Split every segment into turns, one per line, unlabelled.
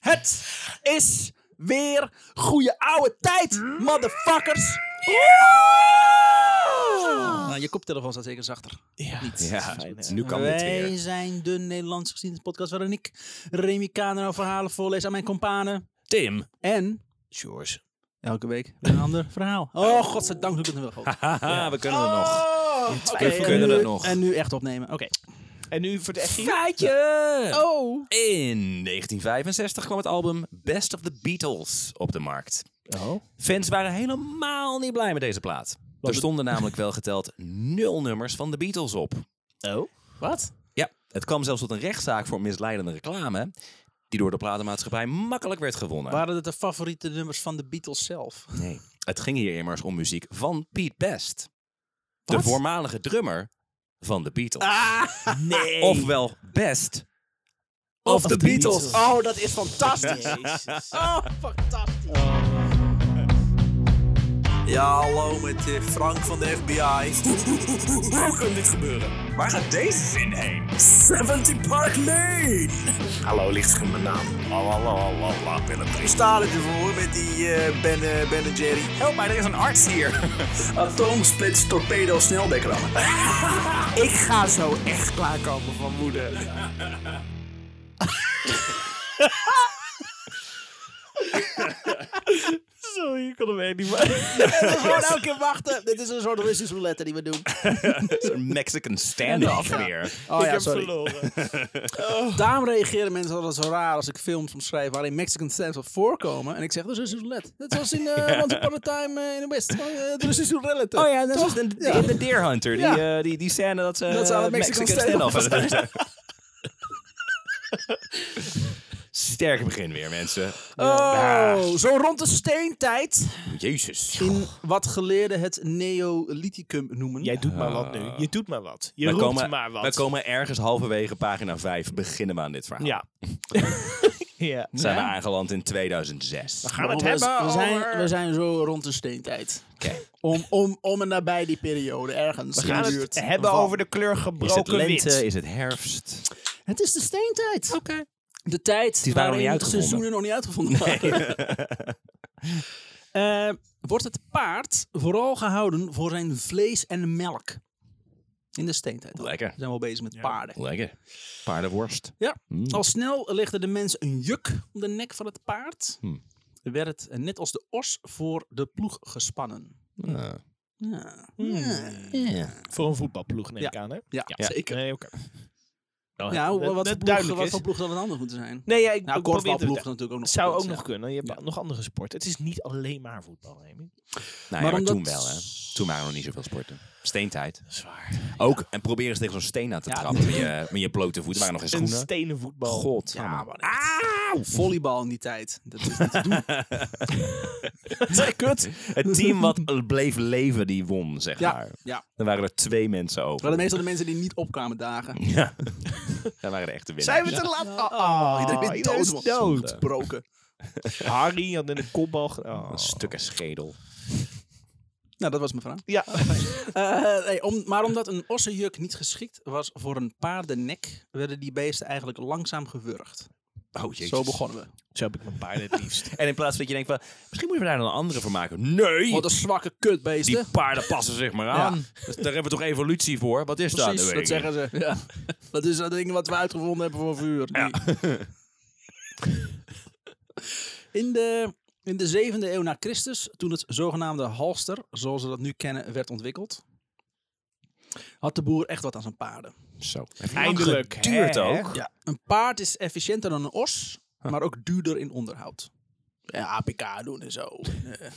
Het is weer goede oude tijd, motherfuckers. Nou, je koptelefoon staat zeker zachter.
Oh. Ja,
Niet.
ja,
Fijn,
goed,
hè?
nu kan dit
Wij
weer.
zijn de Nederlandse geschiedenispodcast waarin ik Remy Kaner verhalen voorlees aan mijn kompanen.
Tim.
En
George.
elke week weer een ander verhaal. Oh, godzijdank doe ik het nu wel goed.
Haha, we kunnen er nog.
nog.
We kunnen het nog.
En nu echt opnemen. Oké.
En nu voor de echt
Feitje!
Oh.
In 1965 kwam het album Best of the Beatles op de markt.
Oh.
Fans waren helemaal niet blij met deze plaat. Er stonden namelijk wel geteld nul nummers van de Beatles op.
Oh. Wat?
Ja, het kwam zelfs tot een rechtszaak voor misleidende reclame, die door de platenmaatschappij makkelijk werd gewonnen.
Waren het de favoriete nummers van de Beatles zelf?
Nee, het ging hier immers om muziek van Pete Best, de
Wat?
voormalige drummer van de Beatles.
Nee.
Ofwel Best Ah, of,
Of
the
the
Beatles.
Beatles.
Oh, dat is fantastisch.
Oh, fantastisch.
Ja, hallo met eh, Frank van de FBI. Hoe kan dit gebeuren? Waar gaat deze zin heen? 70 Park Lane! Hallo, licht in mijn naam. We staan ervoor met die eh, ben, eh, ben en Jerry. Help mij, er is een arts hier. Atoomsplits, torpedo, sneldekker.
Ik ga zo echt klaarkomen van
Oh
moeder.
Sorry, ik kon hem echt niet maken.
Gewoon elke keer wachten. Dit is een soort Russisch roulette die we doen.
Een Mexican standoff weer.
Oh
ik
ja,
heb
sorry.
verloren.
Daarom reageren mensen altijd zo raar als ik films omschrijf waarin Mexican stamps op voorkomen. En ik zeg, dat is een roulette. Dat was in eh Once Upon a Time eh, in the West. Gewoon, eh, Dat is een roulette.
Oh ja, net zoals
Toch?
in,
Ja.
in de Deer Hunter. Die,
Ja.
eh, die, die scène dat ze,
Dat ze aan het Mexican
standoff hadden. Sterk begin weer, mensen.
Oh, zo rond de steentijd.
Jezus.
In wat geleerden het Neolithicum noemen.
Jij doet maar
Ah.
wat nu. Je doet maar wat. Je
We
roept
komen,
maar wat.
we komen ergens halverwege pagina 5. Beginnen we aan dit verhaal.
Ja. ja.
Zijn we aangeland in 2006.
Gaan we het
we,
hebben
we zijn,
over-
we zijn zo rond de steentijd.
Oké.
Om, om, om en nabij die periode, ergens.
We gaan
in de
het
buurt
hebben
van.
over de kleur
Is het
gebroken
lente?
wit.
Is het herfst?
Het is de steentijd. Oké. De tijd
Die waren nog
waarin
niet
de
uitgevonden.
seizoenen nog niet uitgevonden waren. Eh, wordt het paard vooral gehouden voor zijn vlees en melk? In de steentijd. al.
Lekker.
We zijn wel bezig met paarden.
Lekker. Paardenworst. Nou
Ja.
Mm.
Al snel legde de mens een juk om de nek van het paard.
Hm.
Hmm.
Werd het eh, net als de os voor de ploeg gespannen.
Ah.
Ja,
Hm.
Ja.
Voor een voetbalploeg neem
Ja.
ik aan, hè?
ja, zeker.
Nee, oké. Nou,
Ja,
dat- dat
hoe- wat, voor ploeg,
duidelijk
wat
is.
voor ploeg zou het anders moeten zijn?
Nee, ja, ik
Nou,
ik probeer het-
korfbalploeg natuurlijk ook nog.
zou ook
ja.
nog kunnen. Je hebt nog andere sporten. Het is niet alleen maar voetbal, Amy.
Nou ja, maar,
omdat-
toen wel, hè. Toen waren er nog niet zoveel sporten. Steentijd.
Zwaar.
Ook, en probeer eens tegen zo'n steen aan te
Ja.
trappen met je, met je blote voeten. Er waren nog geen
Een
schoenen.
stenen voetbal.
God.
Ja, maar Auw! volleybal in die tijd. Dat is niet te doen.
kut. Het team wat bleef leven, die won, zeg
Ja,
maar.
ja.
Dan waren er twee mensen
Het waren
over.
meestal de mensen die niet opkwamen
Ah,
dagen.
Ja. Dan waren de echte winnaars.
Zijn we te laat? Oh, oh,
Iedereen is dood. man. Gebroken.
Harry had in een kopbal. ge- Oh.
Een stukken schedel.
Nou, dat was mijn vraag.
Ja.
Eh, nee, om, maar omdat een ossenjuk niet geschikt was voor een paardennek, werden die beesten eigenlijk langzaam gewurgd.
Oh, jezus.
Zo begonnen we.
Zo heb ik mijn paard het liefst.
En in plaats dat je denkt van, misschien moeten we daar dan een andere van maken. Nee!
Wat een zwakke kutbeesten.
die paarden passen zich maar aan. Dus daar hebben we toch evolutie voor? Wat is dat?
Precies, dat zeggen ze. Ja. Dat is dat ding wat we uitgevonden hebben voor vuur. Die- In de, in de zevende eeuw na Christus, toen het zogenaamde halster, zoals we dat nu kennen, werd ontwikkeld, had de boer echt wat aan zijn paarden.
Zo.
Eindelijk,
Duurt
hè?
ook.
Ja, een paard is efficiënter dan een os, maar ook duurder in onderhoud. Ja, APK doen en zo. Eh,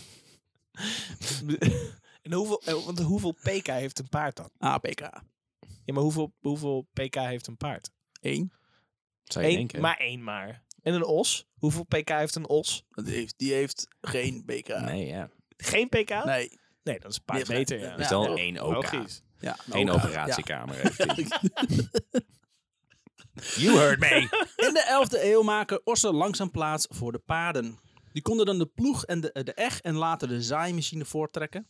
En hoeveel, eh, want hoeveel pk heeft een paard dan?
APK.
Ja, maar hoeveel, hoeveel pk heeft een paard?
Eén.
Zou je
Eén-
denken.
Maar één maar. En een os? Hoeveel pk heeft een os?
Want Die heeft, die heeft geen BK. Nee.
Nee, ja.
Geen pk? Nee,
nee.
dan is een paard
Nee,
beter.
nee,
Ja.
Dat is
Ja,
wel
ja.
één OK.
Logisch.
Ja,
Eén
ook, ja.
operatiekamer. heeft hij. You heard me.
In de 11e eeuw maken ossen langzaam plaats voor de paarden. Die konden dan de ploeg en de, de eg en later de zaaimachine voorttrekken.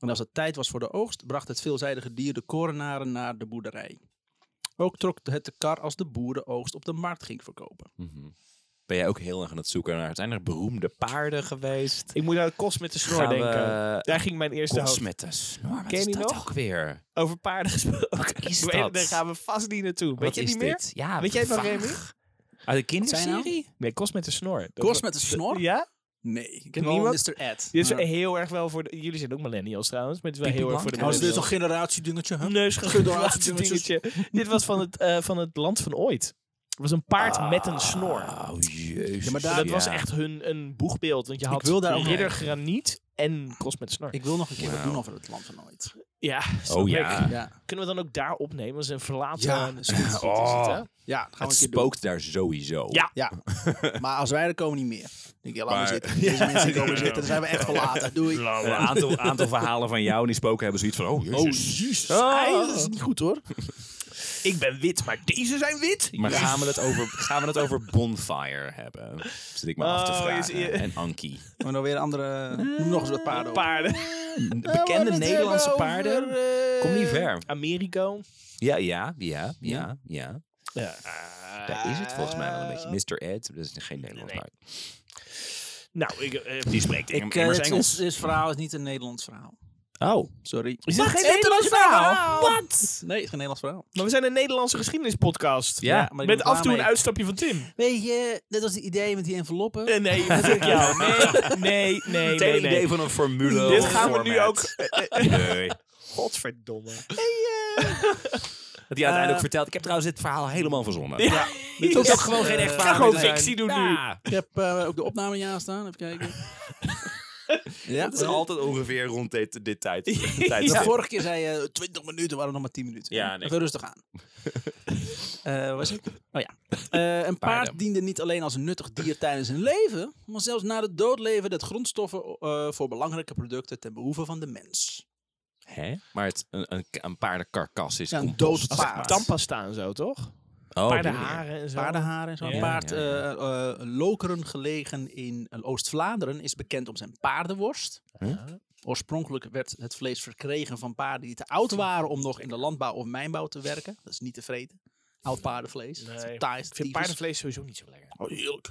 En als het tijd was voor de oogst, bracht het veelzijdige dier de korenaren naar de boerderij. Ook trok het de kar als de boer de oogst op de markt ging verkopen.
Mhm. ben jij ook heel erg aan het zoeken naar. Zijn er beroemde paarden geweest?
Ik moet aan Kos met de snor
Gaan
denken.
we-
Daar ging mijn eerste hoofd.
Kosmettes. Maar wat
Ken je
is
die
dat
nog?
ook weer?
Over paarden gesproken.
Wat is
Ik weet
dat?
het, Daar gaan we vast niet naartoe. Weet
Wat
je
is
niet meer?
dit? Ja,
Weet jij het nog,
vaag.
Remy?
Uit de
Zijn
kinderserie?
Nee, Kos met de snor. Dat
Kost
wa-
met een snor?
Ja?
Nee, ik ken wel
Niemand?
Mr. Ed.
Dit is
Maar-
heel erg wel voor de... Jullie zijn ook millennials trouwens, maar het is wel
Pipi
heel erg voor de
Oh, is dit
millennials.
zo'n generatiedingetje? Huh?
neusgegraafde
Generatie
dingetje. Dit was van het, eh, van het land van ooit. Het was een paard
Ah.
met een snor.
Oh, jezus.
Ja, maar
En
daar-
dat was echt hun een boegbeeld. Want je had
Ik wil daar ook
ridder graniet en Kos met snor.
Ik wil nog een keer wat
Wauw.
doen over het land van ooit.
ja, snap
Oh
ik.
ja.
Ja,
Kunnen we dan ook daar opnemen? Dat is een verlaten...
Ja,
dat is goed.
Oh.
Is het, hè?
ja dat gaan
Het
we een keer doen.
spookt daar sowieso.
Ja.
Ja, maar als wij er komen niet meer. Ik denk, ja, laat maar
Maar-
zitten. Deze mensen komen zitten, dan zijn we echt verlaten. Doei.
Een aantal, aantal verhalen van jou en die spoken hebben zoiets van, oh jezus.
jezus.
Ah.
Ei, Dat is niet goed hoor.
Ik ben wit, maar deze zijn wit.
maar gaan we, het over, gaan we het over Bonfire hebben? Zit ik me af te
Oh,
vragen.
is- je-
En Anki.
Maar dan weer andere... Noem nog eens wat paarden op.
Paarden.
Bekende Nederlandse paarden.
eh,
Kom niet ver.
Americo.
Ja, ja, ja, ja, ja.
Ja.
Daar is het volgens mij wel een beetje. Mr. Ed, dat is geen Nederlands
Eh. Nee.
paard.
Nou, ik... eh,
Die spreekt
Ik, eh,
immers
het
Engels.
is, is verhaal is niet een Nederlands verhaal.
Oh.
Sorry.
is dit geen Nederlands verhaal? Wat?
Nee, het is geen Nederlands verhaal.
Maar we zijn een Nederlandse geschiedenispodcast.
Ja,
maar ik ben
Met af en toe
klaar
een
mee.
uitstapje van Tim.
Weet je, dat was het idee met die enveloppen.
Eh, nee, fuck jou. Nee, nee, nee, nee. nee.
idee van een formule.
Dit
of
gaan we nu
format.
ook...
Nee.
Godverdomme.
Dat hij uiteindelijk
Eh.
ook vertelt. Ik heb trouwens dit verhaal helemaal verzonnen. Ja.
Dit
is ook
gewoon geen echt eh,
Ik ga
verhaal.
gewoon
meer zijn.
fictie doen nu.
Ja.
Ik heb eh, ook de opname ja staan. Even kijken. ja,
Het is altijd ongeveer rond dit, dit tijd. dit
De
tijdstip.
vorige keer zei je 20 minuten, waren nog maar 10 minuten.
Ja, nee.
Even rustig aan. Eh, was ik? Oh ja. Eh, een paard
Paarden.
diende niet alleen als een nuttig dier tijdens hun leven, maar zelfs na de dood leverde het grondstoffen eh, voor belangrijke producten ten behoeve van de mens.
Hè? Maar het, een, een, een paardenkarkas is
Ja, een
compost,
dood
zeg
paard.
maar.
Tandpasta en zo, toch?
Oh,
Paardenharen en zo.
Paardenharen en zo.
Ja,
paard
ja,
eh, eh, Lokeren, gelegen in eh, Oost-Vlaanderen, is bekend om zijn paardenworst. Oorspronkelijk werd het vlees verkregen van paarden die te oud waren om nog in de landbouw of mijnbouw te werken. Dat is niet te vreten. Oud paardenvlees.
Nee.
Dat is taai,
Ik vind
tyfus.
paardenvlies sowieso niet zo lekker.
Oh, heerlijk.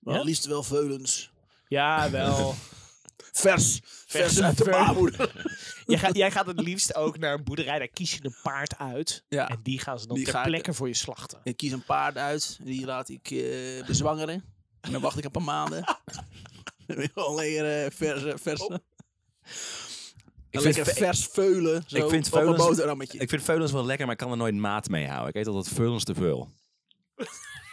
Maar Ja?
liefst wel veulens.
Ja, wel.
Vers. Vers uit de
ver-
baarmoeder.
jij, gaat, jij gaat het liefst ook naar een boerderij, daar kies je een paard uit.
Ja.
En die gaan ze dan
Die ga
ter
ik-
plekke voor je slachten.
Ik kies een paard uit. Die laat ik eh, bezwangeren. En dan wacht ik een paar maanden. Dan wil ik gewoon lekker eh, verse, verse.
Ik
Ik
vind,
lekker
ve-
vers veulen. Zo,
ik vind
op een
veulens-
boterhammetje.
ik vind veulens wel lekker, maar ik kan er nooit maat mee houden. Ik weet altijd veulens te veel.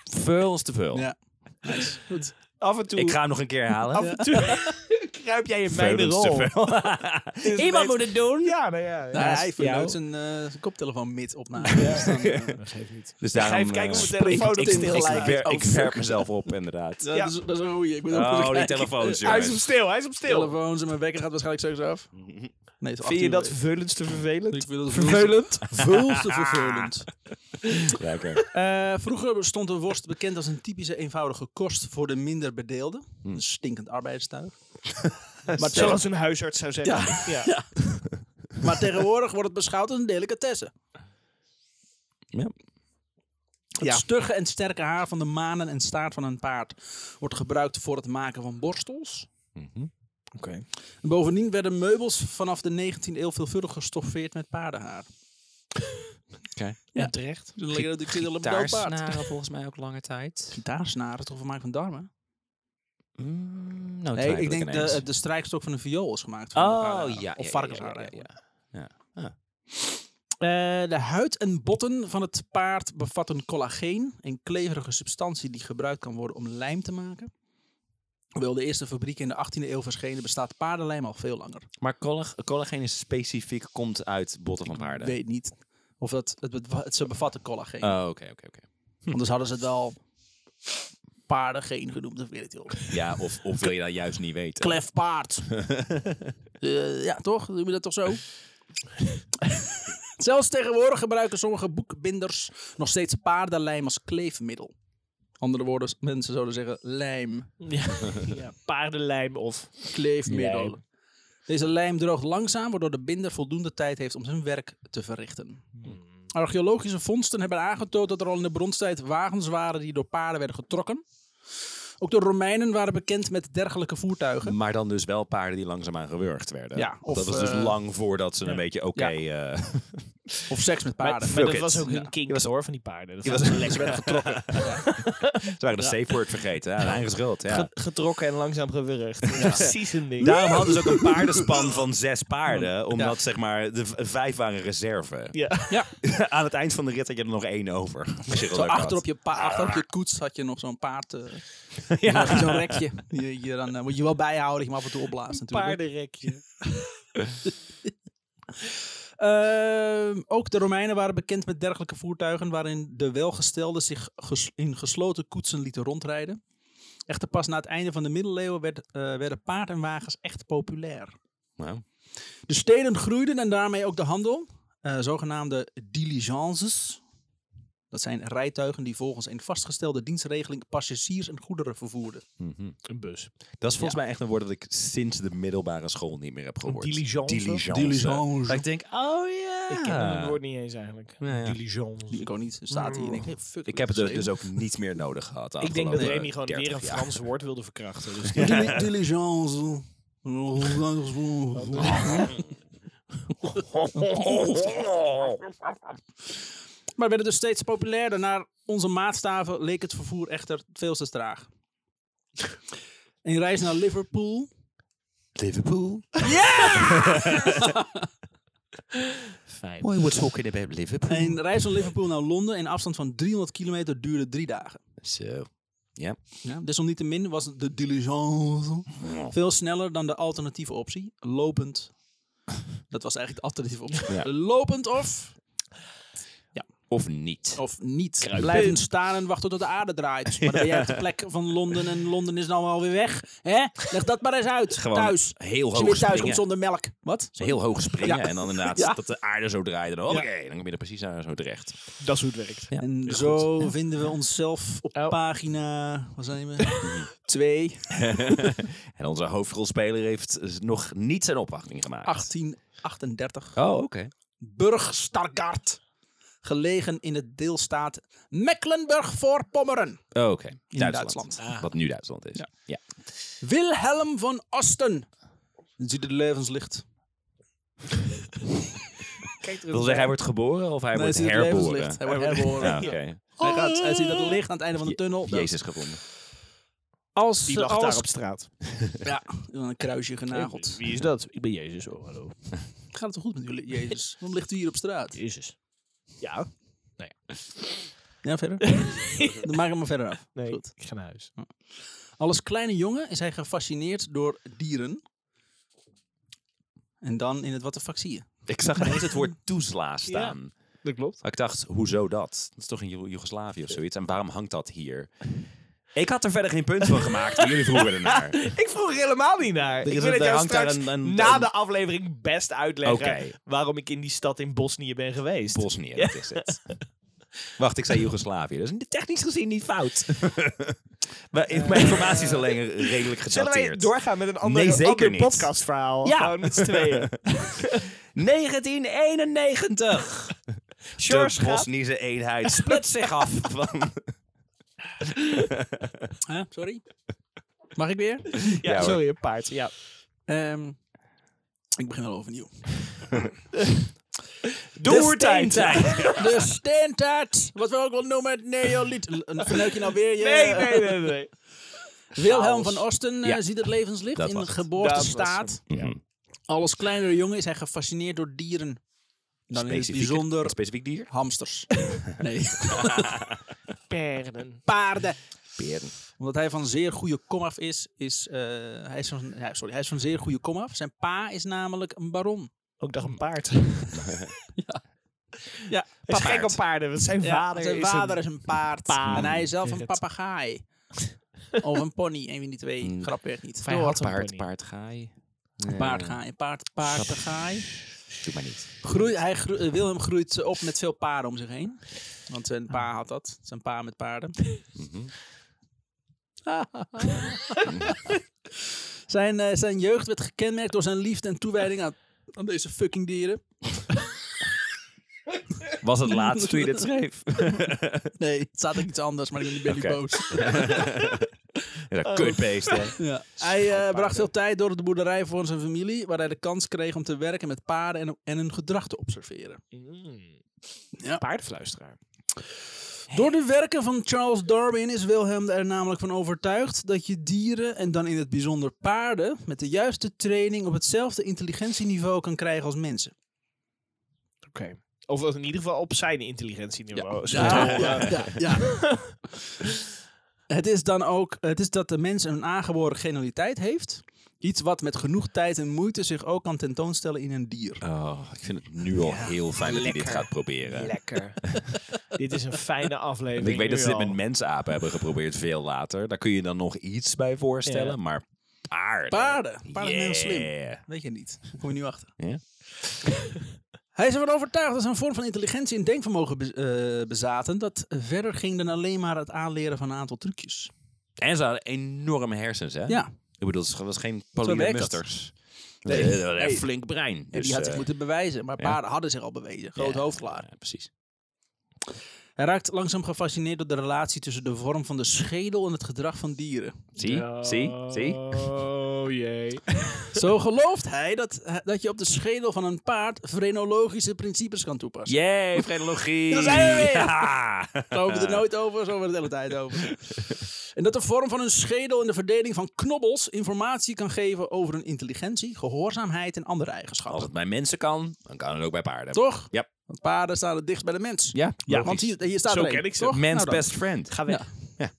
veulens te veel.
Ja. Nice. Goed.
Af en toe,
Ik ga hem nog een keer herhalen.
af en toe kruip jij in mijn
Veulens
rol.
te veel.
Iemand moet het doen. Ja, nou ja.
Nou,
ja.
hij
jou.
vernoopt zijn, eh, zijn koptelefoon mid opname. Dus dan, eh,
Dus
Ik ga
daarom,
even kijken
eh,
of
spreek
mijn telefoon
ik-
het
ik,
stil
in
ik,
de
ik,
lijkt.
wer-
Oh,
ik
fuck.
werp mezelf op, inderdaad.
dat, is, dat is een goeie. Ik moet ook
Oh, die
kijken.
telefoons,
Hij is op
jongens.
stil, hij is op stil.
Telefoons en mijn wekker gaat waarschijnlijk sowieso af. Nee, het is
Vind je
18
dat
uur.
vervelend te vervelend?
Ik vind dat
Vervelend?
Veel te vervelend.
Lekker.
Eh, vroeger stond de worst bekend als een typische eenvoudige kost voor de minder bedeelden. Een stinkend arbeidstuig. maar, tegen-
Zoals een huisarts zou zeggen. Ja.
maar tegenwoordig wordt het beschouwd als een delicatesse.
Ja.
Het
Ja.
stugge en sterke haar van de manen en staart van een paard wordt gebruikt voor het maken van borstels.
Mhm.
Oké.
En bovendien werden meubels vanaf de 19e eeuw veelvuldig gestoffeerd met paardenhaar.
Oké.
Ja, terecht.
Dus dan liggen er natuurlijk een dood paard.
Gitaarsnaren volgens mij ook lange tijd.
Gitaarsnaren, toch gemaakt van darmen?
Mm, nou,
Nee,
twijfel
ik denk
ineens.
de, de strijkstok van een viool is gemaakt van
Oh,
paardenhaar.
ja.
Of
ja,
varkenshaar
ja, ja,
eigenlijk.
ja.
Eh, de huid en botten van het paard bevatten collageen, een kleverige substantie die gebruikt kan worden om lijm te maken. Hoewel de eerste fabrieken in de 18e eeuw verschenen, bestaat paardenlijm al veel langer.
Maar collag- collageen is specifiek komt uit botten van
Ik
paarden.
weet niet of dat, het, beva- het- ze bevatten collageen.
Oh, oké, oké, oké.
Anders hadden ze het wel paardengeen genoemd, of weet ik veel.
Ja, of, of wil je dat juist niet weten?
Klefpaard. Eh ja, toch? Doen we dat toch zo? Zelfs tegenwoordig gebruiken sommige boekbinders nog steeds paardenlijm als kleefmiddel. Andere woorden, mensen zouden zeggen lijm,
Ja. Ja, Paardenlijm of...
kleefmiddel.
Lijm.
Deze lijm droogt langzaam, waardoor de binder voldoende tijd heeft om zijn werk te verrichten. Archeologische vondsten hebben aangetoond dat er al in de bronstijd wagens waren die door paarden werden getrokken. Ook de Romeinen waren bekend met dergelijke voertuigen.
Maar dan dus wel paarden die langzaamaan gewurgd werden.
Ja, of,
dat was dus
eh,
lang voordat ze een beetje oké... eh,
Of seks met
Maar,
paarden.
maar
fuck
dat
it.
was ook
Ah, Ja.
hun kink hoor, van die paarden. Dat
Je
was
was-
lekker getrokken.
ze waren de safe word vergeten. Ja, hun eigen schuld. Ja.
Ge- getrokken en langzaam gewurgd. Dat is Precies een ding.
Daarom hadden ze ook een paardenspan van zes paarden. Omdat
Ja.
zeg maar de v- vijf waren reserve.
Ja.
Ja,
Aan het eind van de rit had je er nog één over. Als je
zo
geluk had.
achter op, je pa- achter op je koets had je nog zo'n paard. eh, zo'n- Zo'n rekje. Je, je, dan eh, moet je wel bijhouden, dat je hem af en toe opblaast natuurlijk.
Paardenrekje.
Ehm, ook de Romeinen waren bekend met dergelijke voertuigen waarin de welgestelden zich ges- in gesloten koetsen lieten rondrijden. Echter pas na het einde van de middeleeuwen werd, eh, werden paard en wagens echt populair.
Nou,
De steden groeiden en daarmee ook de handel. Eh, zogenaamde diligences. Dat zijn rijtuigen die volgens een vastgestelde dienstregeling passagiers en goederen vervoerden.
mhm.
Een bus.
Dat is volgens mij echt een woord dat ik sinds de middelbare school niet meer heb gehoord.
diligence?
Diligence.
Diligence.
Dat ik denk, oh ja.
Ik ken het woord niet eens eigenlijk.
Ja, ja.
Diligence.
Die ik ook niet staat hier. en Ik, denk, hey, fuck,
Ik heb het
wat is
dus ook niet meer nodig gehad. de
Ik denk dat
afgelopen
Remy gewoon weer
30
een
jaar.
Frans woord wilde verkrachten. Dus
dit? Dili- Diligence. Maar werden dus steeds populairder. Naar onze maatstaven leek het vervoer echter veel te traag. Een reis naar Liverpool.
Liverpool.
Fijn.
Why we're talking about Liverpool.
Een reis van Liverpool naar Londen in afstand van 300 kilometer duurde drie dagen.
Zo.
Ja, desalniettemin was de diligence veel sneller dan de alternatieve optie. Lopend. Dat was eigenlijk de alternatieve optie.
Ja.
Lopend of,
Of niet.
of niet. Blijven staan en wachten tot de aarde draait. Maar dan ben jij op de plek van Londen en Londen is dan wel weer weg. Hè? Leg dat maar eens uit.
Gewoon
thuis.
heel
Als
hoog
je weer thuis komt
springen.
zonder melk. Wat?
Heel hoog springen
Ja.
en dan inderdaad
Ja.
dat de aarde zo draait. En dan, oké, dan kom je er precies aan zo terecht.
Dat is hoe het werkt.
Ja.
En zo vinden we onszelf op
Oh.
pagina... Wat zijn we? Twee.
En onze hoofdrolspeler heeft eh, nog niet zijn opwachting gemaakt.
1838.
Oh, oké.
Burg Stargard. Gelegen in het deelstaat Mecklenburg-Voorpommeren
Oh, oké.
in
Duitsland.
Duitsland.
Wat nu Duitsland is.
Ja.
Ja.
Wilhelm van Osten. Ziet het levenslicht.
Wil zeggen, hij wordt geboren of hij
Nee, hij
wordt
ziet het
herboren?
levenslicht. Hij wordt herboren.
Ja, oké.
Hij, gaat, hij ziet het licht aan het einde van de
Je-
tunnel.
Jezus gevonden.
Als,
Die lag
als,
daar op straat.
Ja, een kruisje
Nou,
genageld.
Wie is dat? Ik ben Jezus. Oh, hallo.
Gaat het toch goed met jullie, Jezus? Waarom ligt u hier op straat?
Jezus. Ja.
Ja, verder? Dan maak hem maar verder af.
Nee,
Goed.
ik ga naar huis.
Als kleine jongen is hij gefascineerd door dieren. En dan in het wat de fuck zie je.
Ik zag ineens het woord toesla staan.
Dat klopt.
Ik dacht, hoezo dat? Dat is toch in Jo- Joegoslavië of zoiets? En waarom hangt dat hier? Ik had er verder geen punt van gemaakt, maar jullie vroegen ernaar.
Ik vroeg er helemaal niet naar.
is
Ik
een-
wil het
er
jou
hangt daar
straks
een- een-
na
een-
de aflevering best uitleggen
Oké.
waarom ik in die stad in Bosnië ben geweest.
Bosnië, dat is het. Wacht, ik zei Joegoslavië. Dat is technisch gezien niet fout. maar in- mijn informatie is alleen redelijk
Zullen wij
gedateerd.
doorgaan met een ander,
Nee, zeker
ander
niet.
podcastverhaal?
Ja.
Gewoon met z'n tweeën.
1991!
Sjors
de
gaat-
Bosnische eenheid split zich af van...
Mhm. Huh? Sorry? Mag ik weer?
Ja,
Ja, hoor.
sorry, een paard. Ja.
Ehm, ik begin wel overnieuw.
Doertijd.
De steentijd, wat we ook wel noemen het neolith. L- een- Verneuk je nou weer je...
Nee, nee, nee, nee.
Wilhelm van Osten eh,
Ja.
ziet het levenslicht
Dat
in
was
een
het.
geboortestaat.
Mhm.
Al als kleinere jongen is hij gefascineerd door dieren. Dan is het
Specifiek-
bijzonder
Een specifiek dier?
hamsters. nee,
Perden.
paarden.
Beren.
Omdat hij van zeer goede komaf is, is eh, hij is van, ja, sorry, hij is van zeer goede komaf. Zijn pa is namelijk een baron.
Ook dacht een paard. Hij
Ja,
is gek op paarden, want zijn
Ja,
vader
zijn
is
vader
een...
is een paard.
paard.
En hij is zelf een
Red.
papagaai. of een pony, een van die twee.
Mm.
Grapwerk niet.
Hij had een
Paard,
pony.
paard, gaai.
Paardgaai, paard, paardgaai.
Doe maar niet.
Groei, hij groe- eh, Wilhelm groeit op met veel paarden om zich heen. Want zijn pa had dat. Zijn pa met paarden. zijn, eh, zijn jeugd werd gekenmerkt door zijn liefde en toewijding aan, aan deze fucking dieren.
Was het laatst toen je dit schreef?
Nee, het staat ook iets anders, maar ik ben niet
Oké.
boos.
Ja, dat kutbeest, hè.
Ja. Hij eh, bracht veel tijd door op de boerderij voor zijn familie, waar hij de kans kreeg om te werken met paarden en, en hun gedrag te observeren. Ja.
Mm. Paardenfluisteraar.
Door de werken van Charles Darwin is Wilhelm er namelijk van overtuigd dat je dieren, en dan in het bijzonder paarden, met de juiste training op hetzelfde intelligentieniveau kan krijgen als mensen.
Oké. Of in ieder geval op zijn intelligentieniveau. Zo.
Ja, ja, ja, ja. het is dan ook het is dat de mens een aangeboren genialiteit heeft. Iets wat met genoeg tijd en moeite zich ook kan tentoonstellen in een dier.
Oh, ik vind het nu al heel fijn dat hij dit gaat proberen.
Lekker. dit is een fijne aflevering.
Want ik weet dat
nu
ze dit
al.
met mensapen hebben geprobeerd veel later. Daar kun je dan nog iets bij voorstellen,
Ja.
maar paarden.
Paarden. Paarden zijn heel slim.
Yeah.
Weet je niet. Daar kom je nu achter.
Ja.
Hij is ervan overtuigd dat ze een vorm van intelligentie en denkvermogen bez- eh, bezaten. Dat verder ging dan alleen maar het aanleren van een aantal trucjes.
En ze hadden enorme hersens, hè?
Ja.
Ik bedoel, het was geen Pauline
werkt dat.
Musters.
Nee.
Nee. Een
Nee.
flink brein.
En die had zich moeten bewijzen. Maar
Dus, eh, ja.
paarden hadden zich al bewezen. Groot hoofd klaar.
precies.
Hij raakt langzaam gefascineerd door de relatie tussen de vorm van de schedel en het gedrag van dieren.
Zie, zie, zie.
Oh jee.
Zo gelooft hij dat, eh, dat je op de schedel van een paard frenologische principes kan toepassen.
Yay, frenologie.
Daar zijn we weer.
Ja.
Daar hebben we het er nooit over, zo hebben we het de hele tijd over. En dat de vorm van een schedel en de verdeling van knobbels informatie kan geven over hun intelligentie, gehoorzaamheid en andere eigenschappen.
Als het bij mensen kan, dan kan het ook bij paarden.
Toch?
Oh, Ja.
Want paarden staan het dichtst bij de mens.
Ja,
Ja, want
logisch.
hier, hier staat
Zo
er één,
ken ik ze.
toch?
Man's
Nou dan.
best friend.
Ga weg.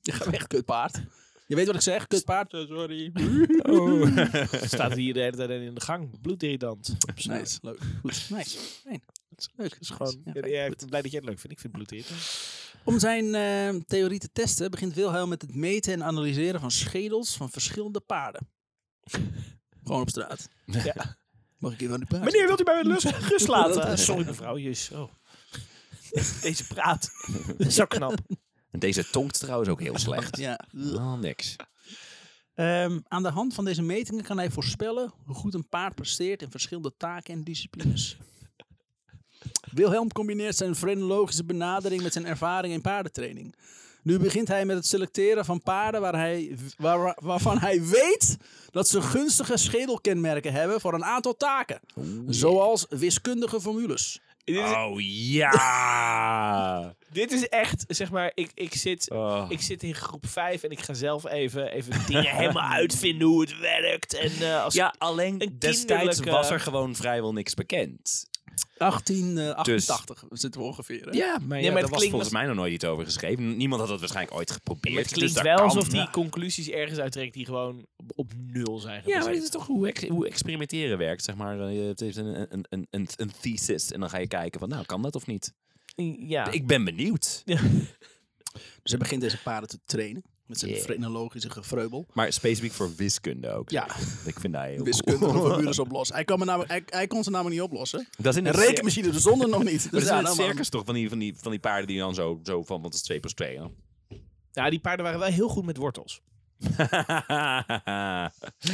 Je gaat weg, kutpaard. Je weet wat ik zeg, kutpaard. Eh, Sorry.
Oh.
Staat hier de hele tijd in de gang. Bloedirritant. Absoluut.
Nice, leuk. Goed. Nice. Fijn. Leuk.
Het is gewoon...
Ja,
Ja,
fijn.
ja, ik ben blij dat jij het leuk vindt. Ik vind het bloedirritant.
Om zijn eh, theorie te testen begint Wilhelm met het meten en analyseren van schedels van verschillende paarden. Gewoon op straat.
Ja.
Mag ik even aan die paard?
Meneer, wilt u mij met rust
laten?
laten? Sorry mevrouw, jezus. Oh. Deze praat. Zo knap.
En deze tongt trouwens ook heel slecht.
Ja.
Oh, niks.
Ehm, aan de hand van deze metingen kan hij voorspellen hoe goed een paard presteert in verschillende taken en disciplines. Wilhelm combineert zijn frenologische benadering met zijn ervaring in paardentraining. Nu begint hij met het selecteren van paarden waar hij, waar- waar- waarvan hij weet dat ze gunstige schedelkenmerken hebben voor een aantal taken. Zoals wiskundige formules.
Dit is,
Oh ja!
dit is echt, zeg maar, ik, ik, zit,
Oh.
ik zit in groep 5 en ik ga zelf even, even dingen helemaal uitvinden hoe het werkt. En eh, als
Ja, alleen
Een
destijds
kinderlijke-
was er gewoon vrijwel niks bekend.
1888 eh, zitten we ongeveer. hè?
Dus- Ja, maar,
maar
daar
het
was
klinkt
volgens mij nog nooit iets over geschreven. Niemand had dat waarschijnlijk ooit geprobeerd.
Maar het
dus
klinkt
dat
wel
kan.
alsof die
Ja,
conclusies ergens uittrekt die gewoon op, op nul zijn
maar
gebaseerd.
dit is toch hoe, ex- hoe experimenteren werkt, zeg maar. Eh, Het heeft een, een, een, een, een thesis en dan ga je kijken van, nou, kan dat of niet?
ja.
Ik ben benieuwd.
Dus hij begint deze paarden te trainen met zijn
Yeah.
frenologische gevreubel.
Maar specifiek voor wiskunde ook.
Ja.
Ik vind dat heel
wiskundige
cool.
formules oplossen. Hij kon, me namelijk, hij, hij kon ze namelijk niet oplossen.
Dat is in
Een
het
rekenmachine de zonde nog niet.
Maar
Dus
dat is
ja,
in het
dan-
circus toch, van die, van, die, van die paarden die dan zo, zo van, want het is 2 plus 2.
Nou, die paarden waren wel heel goed met wortels.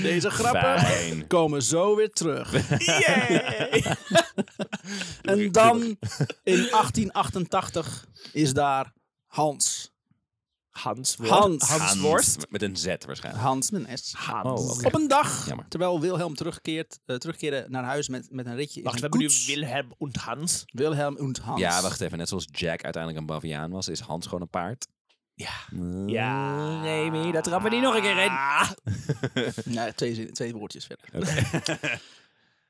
Deze grappen
Fijn.
komen zo weer terug.
Yeah!
En dan in 1888 is daar Hans.
Hans.
Hans.
Hans Worst. Met een Z waarschijnlijk.
Hans met een S.
Hans.
Oh, oké.
Op een dag,
Jammer.
terwijl Wilhelm terugkeert, eh, terugkeerde naar huis met, met een ritje in
Wacht, we
zijn
hebben nu
koets.
Wilhelm en Hans.
Wilhelm en Hans.
Ja, wacht even. Net zoals Jack uiteindelijk een baviaan was, is Hans gewoon een paard. Hmm. Ja.
Ja. Ah.
Remy, daar trappen we niet nog een keer in.
Nee, twee, zin- twee woordjes verder.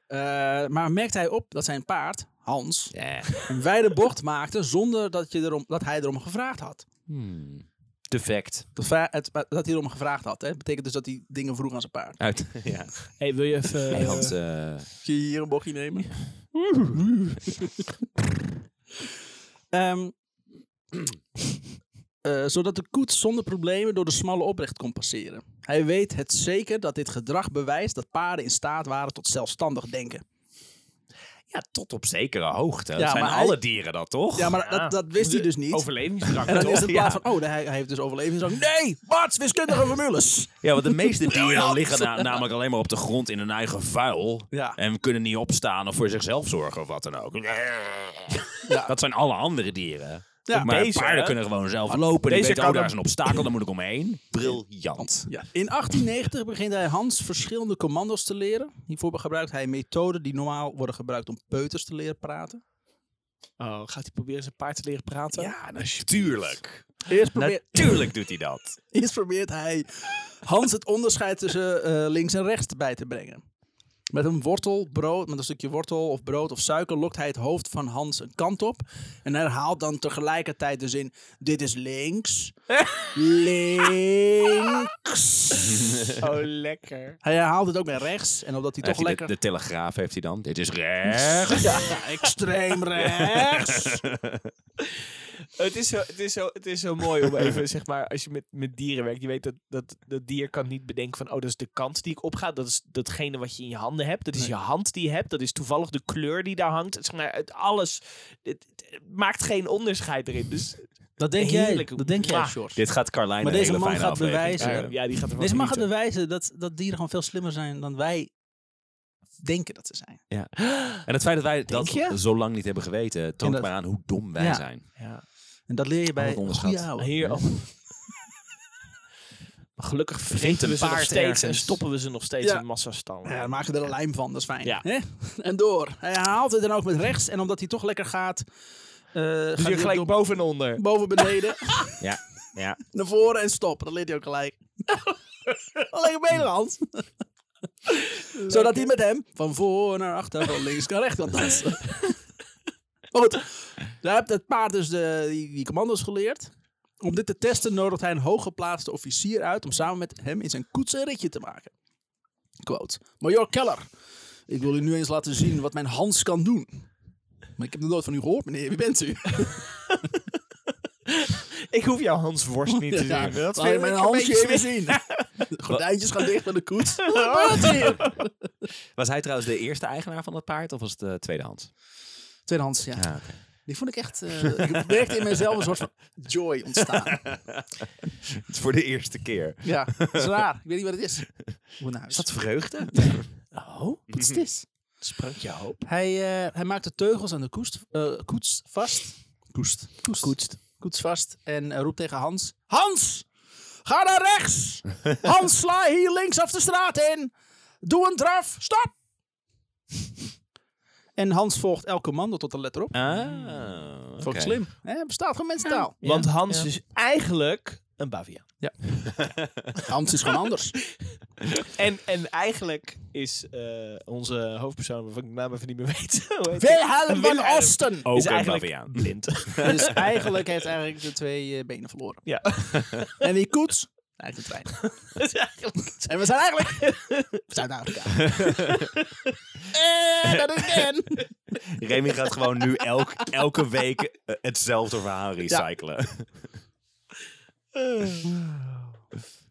Eh, maar merkt hij op dat zijn paard, Hans,
Ja.
een wijde bocht maakte zonder dat, je erom, dat hij erom gevraagd had.
Hmm. Defect.
Dat, va- het- dat hij erom gevraagd had. Hè? Betekent dus dat hij dingen vroeg aan zijn paard.
Uit. Ja.
hey, wil je even...
Hey, Hans, eh,
Kun je hier een bochtje nemen? Ehm, eh, zodat de koets zonder problemen door de smalle oprecht kon passeren. Hij weet het zeker dat dit gedrag bewijst dat paarden in staat waren tot zelfstandig denken.
ja, tot op zekere hoogte.
Ja,
dat zijn
maar hij-
alle dieren dat, toch?
Ja, maar
Ja.
dat, dat wist hij dus niet.
Overlevingsdrang,
en dan is
toch?
het in plaats van, oh, hij, hij heeft dus overlevingsdrang. Nee, wat? Wiskundige formules.
Ja, want de meeste dieren liggen na- namelijk alleen maar op de grond in hun eigen vuil.
Ja.
En kunnen niet opstaan of voor zichzelf zorgen of wat dan ook. Dat zijn alle andere dieren.
Ja,
maar
deze,
paarden
hè?
kunnen gewoon zelf lopen.
Deze
Die weten,
kan
oh, daar
hem-
is een obstakel, daar moet ik omheen. Briljant.
Ja. In 1890 begint hij Hans verschillende commando's te leren. Hiervoor gebruikt hij methoden die normaal worden gebruikt om peuters te leren praten.
Oh, gaat hij proberen zijn paard te leren praten?
Ja, natuurlijk.
Eerst, probeert-
Natuurlijk doet hij dat.
eerst probeert hij Hans het onderscheid tussen eh, links en rechts bij te brengen. Met een wortel, brood, met een stukje wortel of brood of suiker lokt hij het hoofd van Hans een kant op. En herhaalt dan tegelijkertijd de zin: Dit is links. links.
Oh, lekker.
Hij herhaalt het ook met rechts. En omdat hij
Heeft
toch
hij
lekker.
de, de telegraaf heeft hij dan. Dit is recht.
Ja, extreem rechts.
Het is, zo, het, is zo, het is zo mooi om even, zeg maar, als je met, met dieren werkt, je weet dat, dat dat dier kan niet bedenken van, oh, dat is de kant die ik opga. Dat is datgene wat je in je handen hebt. Dat is je hand die je hebt. Dat is toevallig de kleur die daar hangt. Zeg maar, het, alles het, het maakt geen onderscheid erin. Dus
Dat denk
Heerlijk.
jij, dat denk jij,
Mwah.
George.
Dit gaat Carlijn
Maar
een
deze
hele
man
fijne
gaat
aflevering
bewijzen.
maken.
ja, die gaat ervan
Deze man gaat
genieten.
bewijzen dat, dat dieren gewoon veel slimmer zijn dan wij denken dat ze zijn.
En het feit dat wij
je?
dat zo lang niet hebben geweten, toont
dat-
maar aan hoe dom wij
Ja.
zijn.
Ja.
En dat leer je bij
Altijd onderschat.
goeie ouwe.
Hier, oh. Maar Gelukkig vreten
een
we ze nog
paard
steeds en
ergens.
stoppen we ze nog steeds
Ja.
in massastallen.
Ja, dan maak je er een lijm van, dat is fijn.
Ja.
Hè? En door. Hij haalt het dan ook met rechts. En omdat hij toch lekker gaat, eh, gaat hij
dus
ook
je gelijk
door-
boven en onder.
boven beneden,
Ja. ja.
naar voren en stop. Dat leert hij ook gelijk. Alleen Nederlands. Zodat hij met hem van voor naar achter, van links naar rechts kan dansen. Maar goed, daar hebt het paard dus de, die, die commando's geleerd. Om dit te testen nodigt hij een hooggeplaatste officier uit om samen met hem in zijn koets een ritje te maken. Quote. Major Keller, ik wil u nu eens laten zien wat mijn Hans kan doen. Maar ik heb nog nooit van u gehoord, meneer. Wie bent u?
Ik hoef jouw Hans Worst niet te zien.
Ja,
dat
laat je
vind ik
mijn
een
Hansje
beetje Oh.
even
smerig.
zien. De gordijntjes gaan dicht bij de koets. Wat gebeurt hier?
Was hij trouwens de eerste eigenaar van dat paard of was het de tweedehands?
Tweedehands, ja.
Ja,
Die vond ik echt... eh ik merkte in mezelf een soort van joy ontstaan.
Het is voor de eerste keer.
Ja, dat is raar. Ik weet niet wat het is. Ik moet naar huis. Mhm.
Is dat vreugde?
Oh, wat is dit? Sprak je hoop.
Hij, eh, hij maakt de teugels aan de koest, eh, koets vast. Koest. Koest. Koets vast en eh, roept tegen Hans. Hans! Ga naar rechts! Hans, sla hier linksaf de straat in! Doe een draf! Stop! en Hans volgt elk commando tot de letter op.
Ah, oké.
Vond ik slim. Hè, bestaat gewoon mensentaal.
Want Hans is eigenlijk een baviaan.
Hans is gewoon anders.
En, en eigenlijk is eh, onze hoofdpersoon, waarvan ik de naam even niet meer weet. hoe heet hij?
Wilhelm van
Wilhelm.
Osten!
Ook
is
een
eigenlijk
baviaan.
blind.
Dus eigenlijk heeft hij eigenlijk de twee eh, benen verloren.
ja.
En die koets? Eigenlijk de trein.
Dat is eigenlijk...
En we zijn eigenlijk Zuid-Afrika. Eh, dat is Ben.
Remy gaat gewoon nu elk, elke week eh, hetzelfde verhaal recyclen.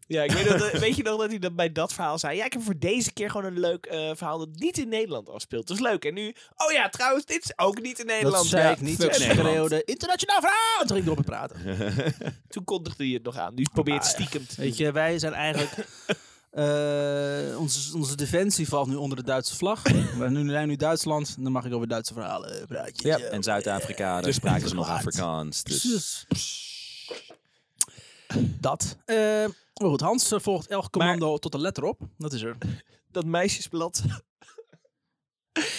Ja, ik weet, dat, eh, weet je nog dat hij dat bij dat verhaal zei? Ja, ik heb voor deze keer gewoon een leuk eh, verhaal dat niet in Nederland afspeelt. Dat is leuk. En nu, oh ja, trouwens, dit is ook niet in Nederland.
Dat zei
Ja,
ik niet.
fuck
Ik
Nederland.
schreeuwde internationaal verhaal. Toen ging ik erop te praten.
Toen kondigde hij het nog aan. Nu probeert het stiekem te
Weet je, wij zijn eigenlijk... eh, onze, onze defensie valt nu onder de Duitse vlag. Maar nu zijn nu Duitsland, dan mag ik over Duitse verhalen eh, praten.
Ja. En Zuid-Afrika, daar spraken ze nog Afrikaans. Dus.
Precies. Dat. Eh, maar goed, Hans eh, volgt elk commando tot de letter op. Dat is er.
Dat meisjesblad, dat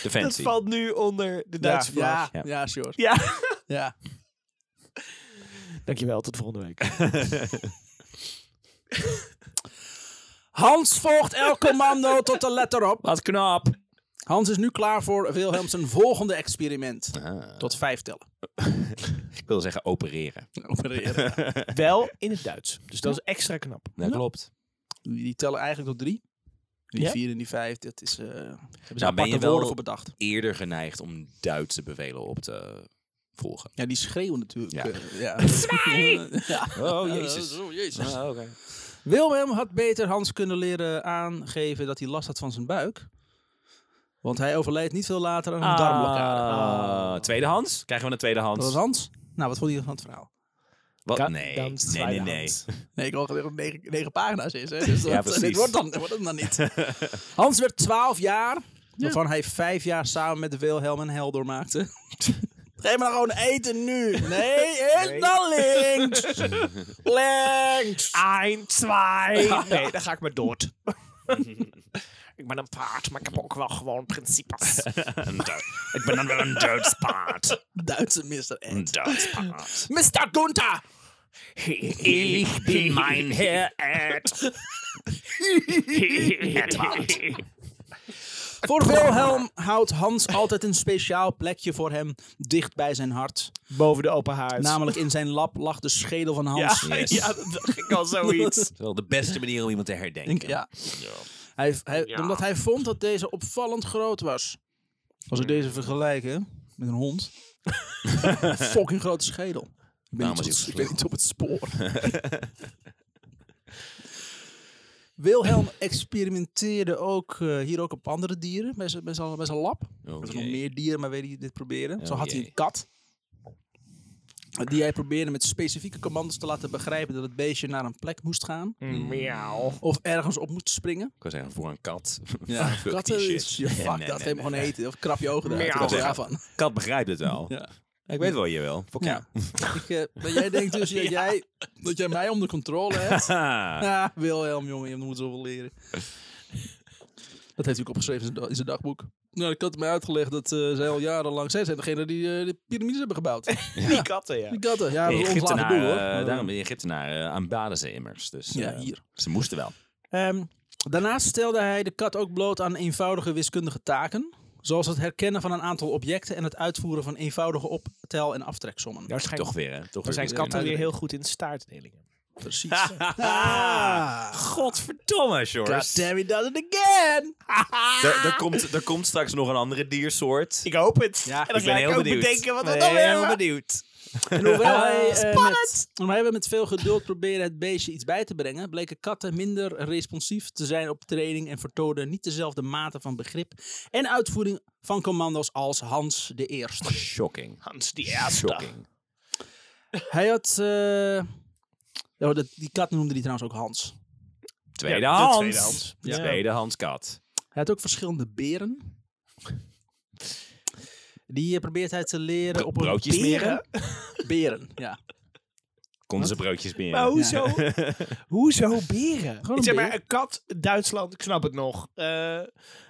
Defensie.
valt nu onder de Duitse
ja,
vlag.
Ja, ja, sure.
Ja.
Ja.
Dankjewel, tot volgende week.
Hans volgt elk commando tot de letter op.
Wat knap.
Hans is nu klaar voor Wilhelm zijn volgende experiment.
Ah.
Tot vijf tellen.
Ik wil zeggen opereren.
Opereren.
Wel in het Duits. Dus dat is extra knap.
Dat klopt.
Die tellen eigenlijk tot drie. Die
Ja?
vier en die vijf, dat is... eh hebben ze
Nou, ben
aparte
je wel-
woorden voor bedacht.
Eerder geneigd om Duitse bevelen op te volgen.
Ja, die schreeuwen natuurlijk.
Ja.
eh, ja. ja.
Oh,
Oh, jezus.
Ah, oké.
Wilhelm had beter Hans kunnen leren aangeven dat hij last had van zijn buik. Want hij overleed niet veel later aan een darmblokkade.
Ah, tweedehands? Krijgen we een
Dat
tweedehands?
was Hans. Nou, wat vond je van het verhaal?
Wat?
Ka-
Nee.
dan is het
Nee, nee, nee.
tweedehands.
Nee, ik hoor dat het negen, negen pagina's is. Hè? Dus dat,
Ja, precies.
dit wordt, dan, dit wordt hem dan niet. Hans werd 12 jaar, waarvan hij vijf jaar samen met Wilhelm en Helder maakte. Geef me nou gewoon eten nu. Nee, eerst naar links. links.
Ein, zwei. Nee, dan ga ik maar dood. ik ben een paard, maar ik heb ook wel gewoon principes.
Ik ben dan wel een doodspaard.
Duitse Mr.
Een
Ed.
doodspaard.
Mr. Gunther.
Ik ben mijn heer Ed. Edward.
Voor Wilhelm houdt Hans altijd een speciaal plekje voor hem dicht bij zijn hart.
Boven de open haard.
Namelijk in zijn lap lag de schedel van
ja,
Hans.
Yes.
ja, dat dacht ik al zoiets.
Dat is wel de beste manier om iemand te
Ik denk,
herdenken.
ja. Hij, hij, Omdat hij vond dat deze opvallend groot was. Als ik deze vergelijk hè, met een hond. fucking grote schedel. Ik ben,
Daarom
niet,
is
op,
hij
ik ben niet op het spoor. Wilhelm experimenteerde ook eh, hier ook op andere dieren bij zijn- bij zijn bij zijn lab.
Oh,
Er zijn nog
jee.
meer dieren, maar weet je dit proberen. Zo
Oh,
had hij
jee.
een kat. Die hij probeerde met specifieke commando's te laten begrijpen dat het beestje naar een plek moest gaan.
Mm. Miauw.
Of ergens op moest springen.
Ik wou zeggen, voor een kat.
Ja,
Fuck
katten
die
is...
shit.
ja, fuck
Nee,
dat,
nee,
geef
nee,
hem gewoon eten. Of krap je ogen eruit.
Miauw.
Wat
Ik wou
daarvan?
Kat begrijpt het wel.
Ja.
Ik weet wel je wel. Fuck
ja. Ik, eh, maar jij denkt dus dat, jij, dat jij mij onder controle hebt.
jou.
ah, Wilhelm, jongen, je moet zoveel leren. Dat heeft hij ook opgeschreven in zijn da- in zijn dagboek. Nou, ik had mij uitgelegd dat eh, zij al jarenlang... Zij zijn degene die eh, de piramides hebben gebouwd.
Die katten, ja.
Die katten. Ja, dat
De
is ons laten
Egyptenaren,
doen, hoor.
eh, daarom de Egyptenaren eh, aanbaden ze immers. Dus,
Ja,
eh,
hier.
Ze moesten wel.
Ehm, daarnaast stelde hij de kat ook bloot aan eenvoudige wiskundige taken. Zoals het herkennen van een aantal objecten en het uitvoeren van eenvoudige optel- en aftreksommen.
waarschijnlijk
Toch weer, hè? Toch
Dan zijn
weer
katten
weer.
weer heel goed in staartdelingen.
precies.
Godverdomme, Sjors.
Damn, he does it again!
Er er komt, er komt straks nog een andere diersoort.
Ik hoop het.
Ja,
en dan
Ik
ga
ben heel
ik ook
benieuwd.
bedenken wat dat
Ik
dan
ben
weer
heel benieuwd.
En hoewel hij, eh, met, hoewel hij met veel geduld probeerde het beestje iets bij te brengen, bleken katten minder responsief te zijn op training en vertoonden niet dezelfde mate van begrip en uitvoering van commando's als Hans de Eerste.
Shocking.
Hans die eerste.
Shocking.
Hij had. eh, ja, dat, die kat noemde die trouwens ook Hans.
de
Tweedehands.
tweedehands.
Ja.
Tweedehands kat.
Hij had ook verschillende beren. Die eh, probeert hij te leren op een
broodjes
beren. Beren, ja.
Konden ze broodjes meer.
Maar hoezo? hoezo beren?
Gewoon een
zeg maar,
beer.
een kat, Duitsland, ik snap het nog. Eh,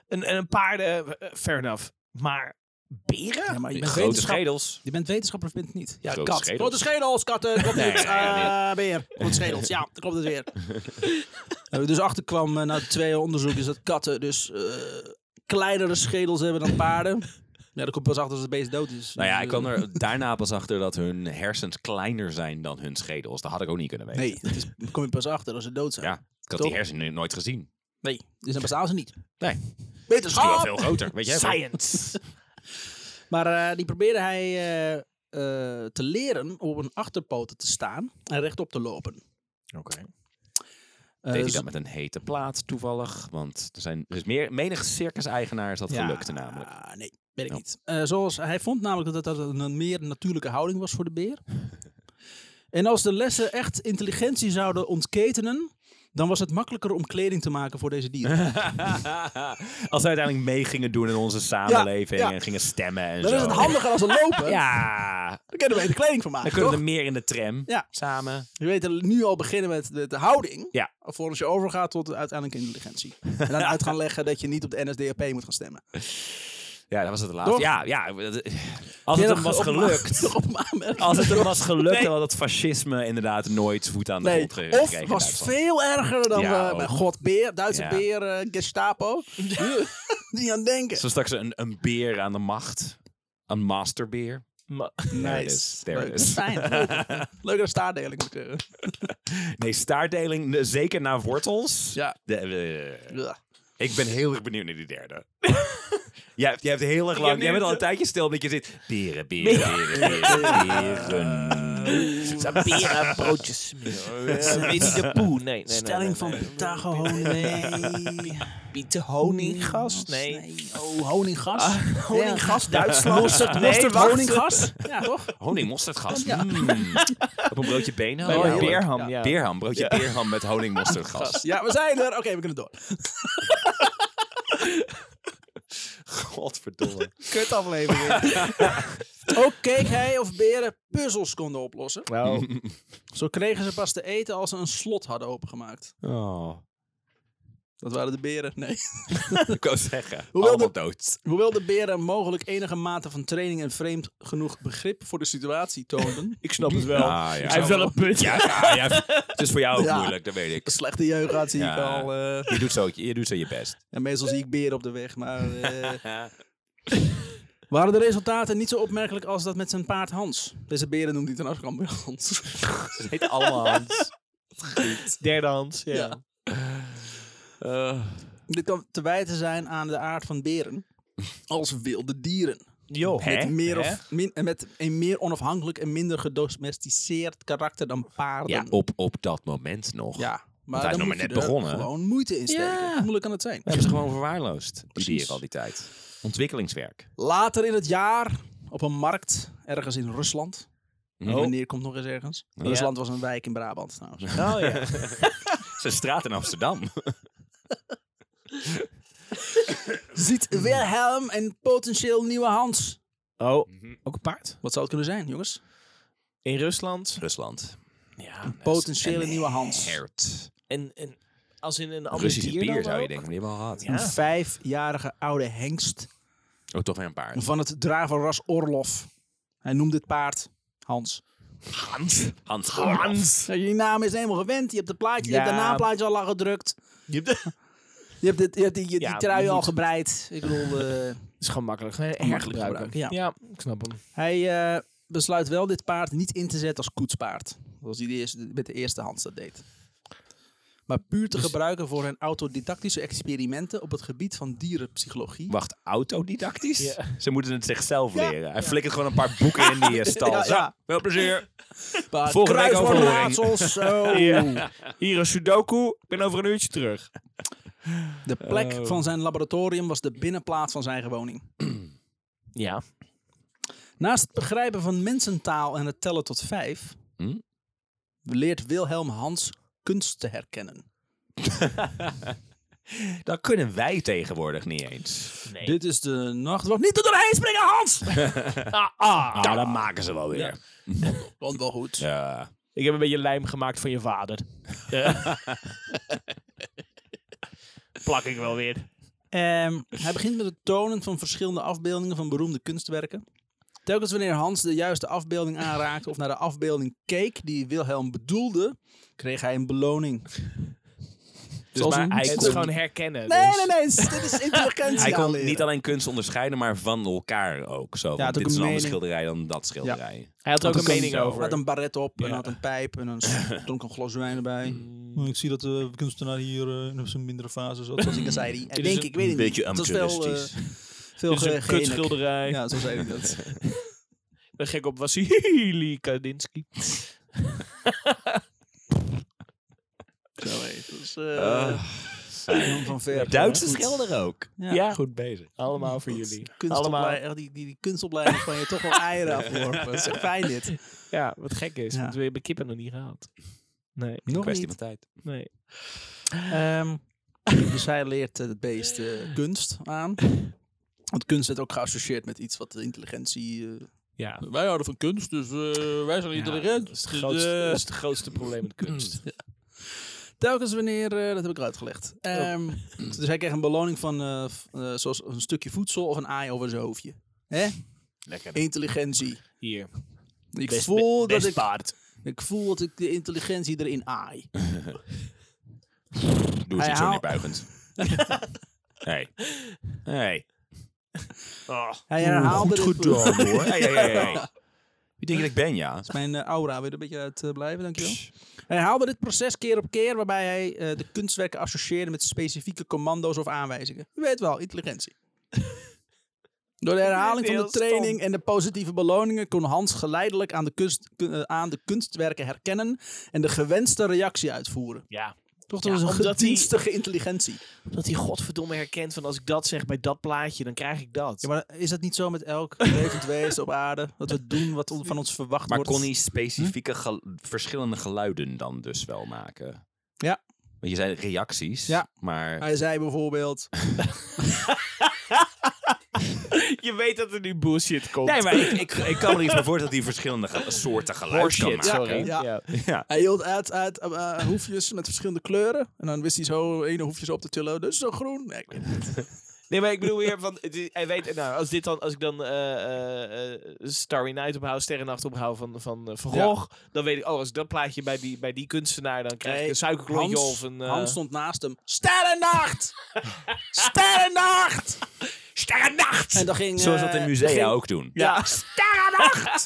een, een paarden, eh, fair enough. Maar beren?
ja maar je, bent
Grote
wetenschap,
schedels.
je bent wetenschapper of je bent het niet. Ja,
Grote
kat.
schedels.
Grote schedels, katten. Klopt
Nee,
niks.
nee, nee,
Eh, beer. Grote schedels, ja. dat Klopt het weer. Waar we dus achterkwam eh, na twee onderzoek is dat katten dus eh, kleinere schedels hebben dan paarden. Ja, dat komt pas achter als het beest dood is.
Nou ja,
Dus,
ik kwam
eh,
er daarna pas achter dat hun hersens kleiner zijn dan hun schedels. Dat had ik ook niet kunnen weten.
Nee, dat is, daar kom je pas achter als ze dood zijn.
Ja, ik had
Toch?
die hersenen nooit gezien.
Nee, dus dan bestaan ze niet.
Nee, die wel
Wetenschap!
veel groter. Weet jij wel.
Science.
Maar eh, die probeerde hij eh, eh, te leren om op een achterpoten te staan en rechtop te lopen.
Oké.
Eh,
Deed hij
zo-
dat met een hete plaat toevallig? Want er zijn dus meer, menig circus-eigenaar is dat
Ja, ah,
gelukt namelijk.
Nee, weet ik
Oh.
niet. Eh, zoals, hij vond namelijk dat dat een meer natuurlijke houding was voor de beer. en als de lessen echt intelligentie zouden ontketenen, dan was het makkelijker om kleding te maken voor deze dieren.
Als we uiteindelijk mee gingen doen in onze samenleving
Ja, ja.
en gingen stemmen en
dan
zo.
is het handiger als ze lopen.
Ja,
Dan kunnen we er kleding van
dan
maken,
kunnen
toch?
we er meer in de tram
Ja.
samen.
Je weet er nu al beginnen met de, de houding.
Ja.
Alvorens je overgaat tot de uiteindelijke intelligentie. En dan uit gaan leggen dat je niet op de NSDAP moet gaan stemmen.
Ja, dat was het laatste.
Toch?
Ja, ja. dat- Als het hem was gelukt. Als het hem was gelukt, dan had het fascisme inderdaad nooit voet aan de
Nee,
grond ge- gekregen. in
of was
Duitsland.
veel erger dan
Ja,
eh,
ook.
mijn god, beer, Duitse
Ja.
beer, eh, Gestapo. Niet aan denken.
Zo straks een, een beer aan de macht. Een masterbeer. There it is. dus There it
Leuk.
is.
Fijn. Leuk. Leukere staardeling. moet eh, ik zeggen.
Nee, staartdeling, ne- zeker naar wortels.
Ja.
De- eh,
Ja.
ik ben heel erg benieuwd naar die derde. jij, hebt- jij hebt heel erg lang. Jij bent al een tijdje stil omdat je zit. Beren, beren, beren, beren. Eh,
Zijn beren broodjes smeren. Weet je de poe? Nee, nee, nee.
Stelling van Pythagoras. Nee.
Pieten honinggas? Nee.
Nee. Oh, honinggas.
Honinggas, Duitsland.
Mosterd,
Nee,
mosterd,
wacht.
honinggas. Ja, toch?
Honing, mosterdgas.
Ja.
Mm. Op een broodje benen.
Oh,
heerlijk.
beerham, ja.
Beerham, broodje beerham met honing, mosterdgas.
Ja, we zijn er. Oké, we kunnen door.
Godverdomme.
Kut aflevering.
Ook keek hij of beren puzzels konden oplossen.
Nou,
Zo kregen ze pas te eten als ze een slot hadden opengemaakt.
Oh.
Dat waren de beren, nee.
Ik wou zeggen,
Hoewel
allemaal dood.
Hoewel de beren mogelijk enige mate van training en vreemd genoeg begrip voor de situatie toonden.
ik snap het wel.
Oh.
Ah, ja.
Hij heeft wel een punt.
Ja, ja, ja, het is voor jou ook
Ja.
moeilijk, dat weet ik.
Een slechte jeugd had, zie ik
Ja.
al. eh.
Je doet zo je, doet zo je best.
en meestal zie ik beren op de weg, maar... eh, Waren de resultaten niet zo opmerkelijk als dat met zijn paard Hans? Deze beren noemt hij trouwens ook allemaal Hans.
Ze heet allemaal Hans.
Derde hand. Ja.
Ja.
Eh.
Dit kan te wijten zijn aan de aard van beren als wilde dieren.
Joh.
Met, meer of, min- eh, met een meer onafhankelijk en minder gedomesticeerd karakter dan paarden.
Ja, op, op dat moment nog.
Ja, maar
hij is
dan
nog
moet
maar
je
net
er
begonnen.
gewoon moeite in steken.
Ja.
Hoe moeilijk kan het zijn?
We hebben ze gewoon verwaarloosd. Die
Precies.
dieren al die tijd. Ontwikkelingswerk.
Later in het jaar op een markt ergens in Rusland.
Oh.
Wanneer komt nog eens ergens? Rusland was een wijk in Brabant trouwens.
Oh ja.
Zijn straat in Amsterdam.
Ziet Wilhelm een potentieel nieuwe Hans?
Oh, ook een paard?
Wat zou het kunnen zijn, jongens?
In Rusland.
Rusland.
Ja.
Potentiële nieuwe Hans.
Hert.
En, en als in een ander
Russische
dier dan
bier zou je
ook?
denken. Die hebben we al gehad.
Een
Ja.
vijfjarige oude hengst
Oh, toch weer een paard.
van het draverras Orlov. Hij noemt dit paard Hans.
Hans. Hans. Hans.
Nou, Je naam is helemaal gewend. Je hebt het plaatje, je
Ja.
hebt de naamplaatje al lang gedrukt. Je hebt, dit, je hebt die, die
Ja,
trui
je
al
moet.
gebreid. Ik bedoel, eh,
is gewoon makkelijk. Gewoon
Makkelijk
Erg gebruiken.
gebruiken, ja.
ik snap hem.
hij eh, besluit wel dit paard niet in te zetten als koetspaard. Zoals hij de eerste, met de eerste Hans dat deed. Maar puur
Dus-
te gebruiken voor zijn autodidactische experimenten op het gebied van dierenpsychologie.
Wacht, autodidactisch?
Ja.
Ze moeten het zichzelf
Ja.
leren. Hij flikkert gewoon een paar boeken in die eh, stal.
Ja, ja.
Zo, veel plezier.
Maar
Volgende week
kruiswoordraadsels, zo.
Hier een Sudoku. Ik ben over een uurtje terug.
De plek
Oh.
van zijn laboratorium was de binnenplaats van zijn woning.
Ja.
Naast het begrijpen van mensentaal en het tellen tot vijf,
Hm?
leert Wilhelm Hans kunst te herkennen.
Dat kunnen wij tegenwoordig niet eens.
Nee.
Dit is de nacht. Wacht, niet er doorheen springen, Hans!
Ah, ah.
Nou, dat maken ze wel weer.
Want wel goed.
Ja.
Ik heb een beetje lijm gemaakt van je vader. Eh. Plak ik wel weer.
Ehm, hij begint met het tonen van verschillende afbeeldingen van beroemde kunstwerken. Telkens wanneer Hans de juiste afbeelding aanraakte of naar de afbeelding keek die Wilhelm bedoelde, kreeg hij een beloning.
Dus maar hij
Het is
kon,
gewoon herkennen.
Nee,
dus.
nee, nee, dit is intelligentie.
hij kon
aanleren.
niet alleen kunst onderscheiden, maar van elkaar ook. Zo,
had
want
ook
dit is
een
een andere
mening.
schilderij dan dat schilderij.
Hij had er ook een mening
zo.
over.
Hij had een baret op en had een pijp en een dronk een glas wijn erbij. Oh, Ik zie dat de kunstenaar hier eh, in zijn mindere fase zat. Zoals ik al zei, hij- hij
is
denk
een
ik, weet het niet.
beetje
Het was veel, eh,
amateuristisch.
veel
Dit is Dus een
ge- geenik.
kutschilderij.
Ja, zo zei hij dat.
Ik ben gek op Wassili Kandinsky.
Zo heet het. Dus, eh,
Ah.
Jan van Ver.
Duitse
Goed.
schilder ook.
Ja.
goed
bezig.
Allemaal voor jullie. Allemaal.
Kunstopleiding, echt die, die, die kunstopleiding van je toch wel eieren afworpen. Dat is echt fijn dit.
Ja, wat gek is.
Ja.
Want we hebben kippen nog niet gehaald. Nee,
Nog
Kwestie
niet.
van tijd.
nee.
Ehm, dus hij leert eh, het beest eh, kunst aan. Want kunst werd ook geassocieerd met iets wat de intelligentie... eh,
Ja.
Wij houden van kunst, dus wij zijn Dus, eh,
Ja, dat, is het grootste, dat is het grootste probleem met kunst.
Telkens wanneer, eh, dat heb ik al uitgelegd. Ehm, Dus hij kreeg een beloning van eh, f- eh, zoals een stukje voedsel of een aai over zijn hoofdje. Hè?
Lekker.
Intelligentie.
Hier.
Ik
Best-
voel
best
dat ik,
paard.
ik voel dat ik de intelligentie erin aai.
Doe
Hij
eens iets zo
haal-
neerbuigend. Hey. Hey.
Oh,
Hij herhaalde dit-
hoor. Hey, hey, hey, hey. Wie denk je dat ik ben, ja?
Mijn eh, aura weer een beetje uit eh, blijven, dankjewel. Hij herhaalde dit proces keer op keer, waarbij hij eh, de kunstwerken associeerde met specifieke commando's of aanwijzingen. U weet wel, intelligentie. Door de herhaling van de
Heel stom.
training en de positieve beloningen kon Hans geleidelijk aan de, kunst, kun- eh, aan de kunstwerken herkennen en de gewenste reactie uitvoeren.
Ja.
Toch
Ja,
dat was een
omdat hij-
gedienstige intelligentie.
Omdat hij godverdomme herkent van als ik dat zeg bij dat plaatje, dan krijg ik dat.
Ja, maar is dat niet zo met elk levend wezen op aarde? Dat we doen wat on- van ons verwacht
Maar
wordt?
kon hij
Hm?
specifieke gel- verschillende geluiden dan dus wel maken?
Ja.
Want je zei reacties,
Ja.
maar
Hij zei bijvoorbeeld...
Je weet dat er nu bullshit komt.
Nee, maar ik, ik, ik kan me er iets bij voor dat die verschillende ge- soorten geluid kan
Horseshit,
maken.
sorry.
Ja.
Ja.
Ja.
Hij hield uit, uit eh, eh, hoefjes met verschillende kleuren. En dan wist hij zo ene hoefjes op te tillen. Dus zo groen. Nee, ik weet het niet.
Nee, maar ik bedoel weer van... het is- Hij weet, nou, als, dit dan, als ik dan eh, eh, eh, Starry Night ophoud, Sterrennacht ophoud van, van eh, Van
Ja.
Gogh... Dan weet ik, oh, als ik dat plaatje bij die, bij die kunstenaar... Dan krijg ik
Nee,
een suikerklontje
Hans-
of een... eh,
Hans stond naast hem. Sterrennacht! Sterrennacht!
Sterrennacht!
En dan ging,
Zoals
eh,
dat in
dan
musea
ging-
ook doen.
Ja.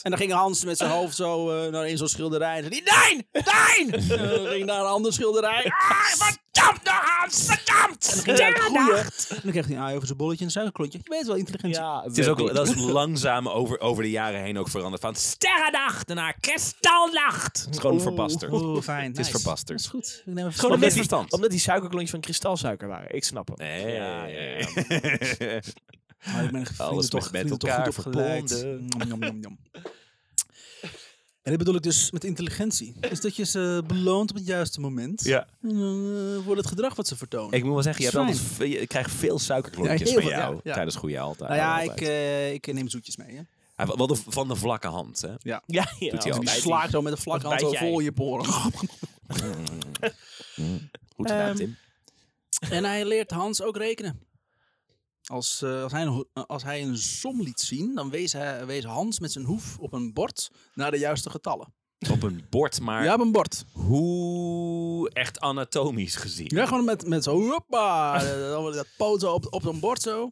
En dan ging Hans met zijn hoofd zo eh, naar een zo'n schilderij. En zei die, nein! Nein! "Nou!" en dan ging naar een ander schilderij. Ah, verdampt nog Hans! Verdampt! En dan ging hij uit groeien. En dan kreeg hij een aai over zijn bolletje en een suikerklontje. Je weet wel, intelligent.
Ja,
Het is ook, dat is langzaam over, over de jaren heen ook veranderd. Van sterrennacht naar kristalnacht. Het is gewoon verpaster.
Oh, fijn.
Het is verpaster.
Dat is goed. Ik neem even
Gewoon
Wat
omdat
een
die,
misverstand.
omdat die suikerklontjes van kristalsuiker waren. Ik snap hem.
Nee.
Ja, ja, ja.
Maar ik ben vrienden
Alles
toch,
met
vrienden toch
elkaar
goed opgeleid.
verbonden.
eh, Nom, nom, nom. En dat bedoel ik dus met intelligentie. Is dat je ze beloont op het juiste moment.
Ja.
En dan, eh, wordt het gedrag wat ze vertonen.
Ik moet wel zeggen, je, hebt
Fijn.
altijd, ve- je krijgt veel suikerklontjes
Ja, heel
van
veel,
jou
ja, ja.
tijdens goede altijd.
nou ja, ik,
altijd.
eh, ik neem zoetjes mee. Hè.
Hij wa- wel de, van de vlakke hand. Hè?
Ja, ja.
hij
als
Die
altijd.
die-
slaagt zo met een vlak
dat
hand zo
bijt jij.
vol je poren.
Goed
Ehm,
gedaan, Tim.
en hij leert Hans ook rekenen. Als, eh, als, hij een, ho- als hij een som liet zien, dan wees, hij, wees Hans met zijn hoef op een bord naar de juiste getallen.
Op een bord, maar
Ja, op een bord.
hoe echt anatomisch gezien.
Ja, gewoon met, met zo, hoppa, eh, dan wordt dat poot zo op, op zo'n bord zo.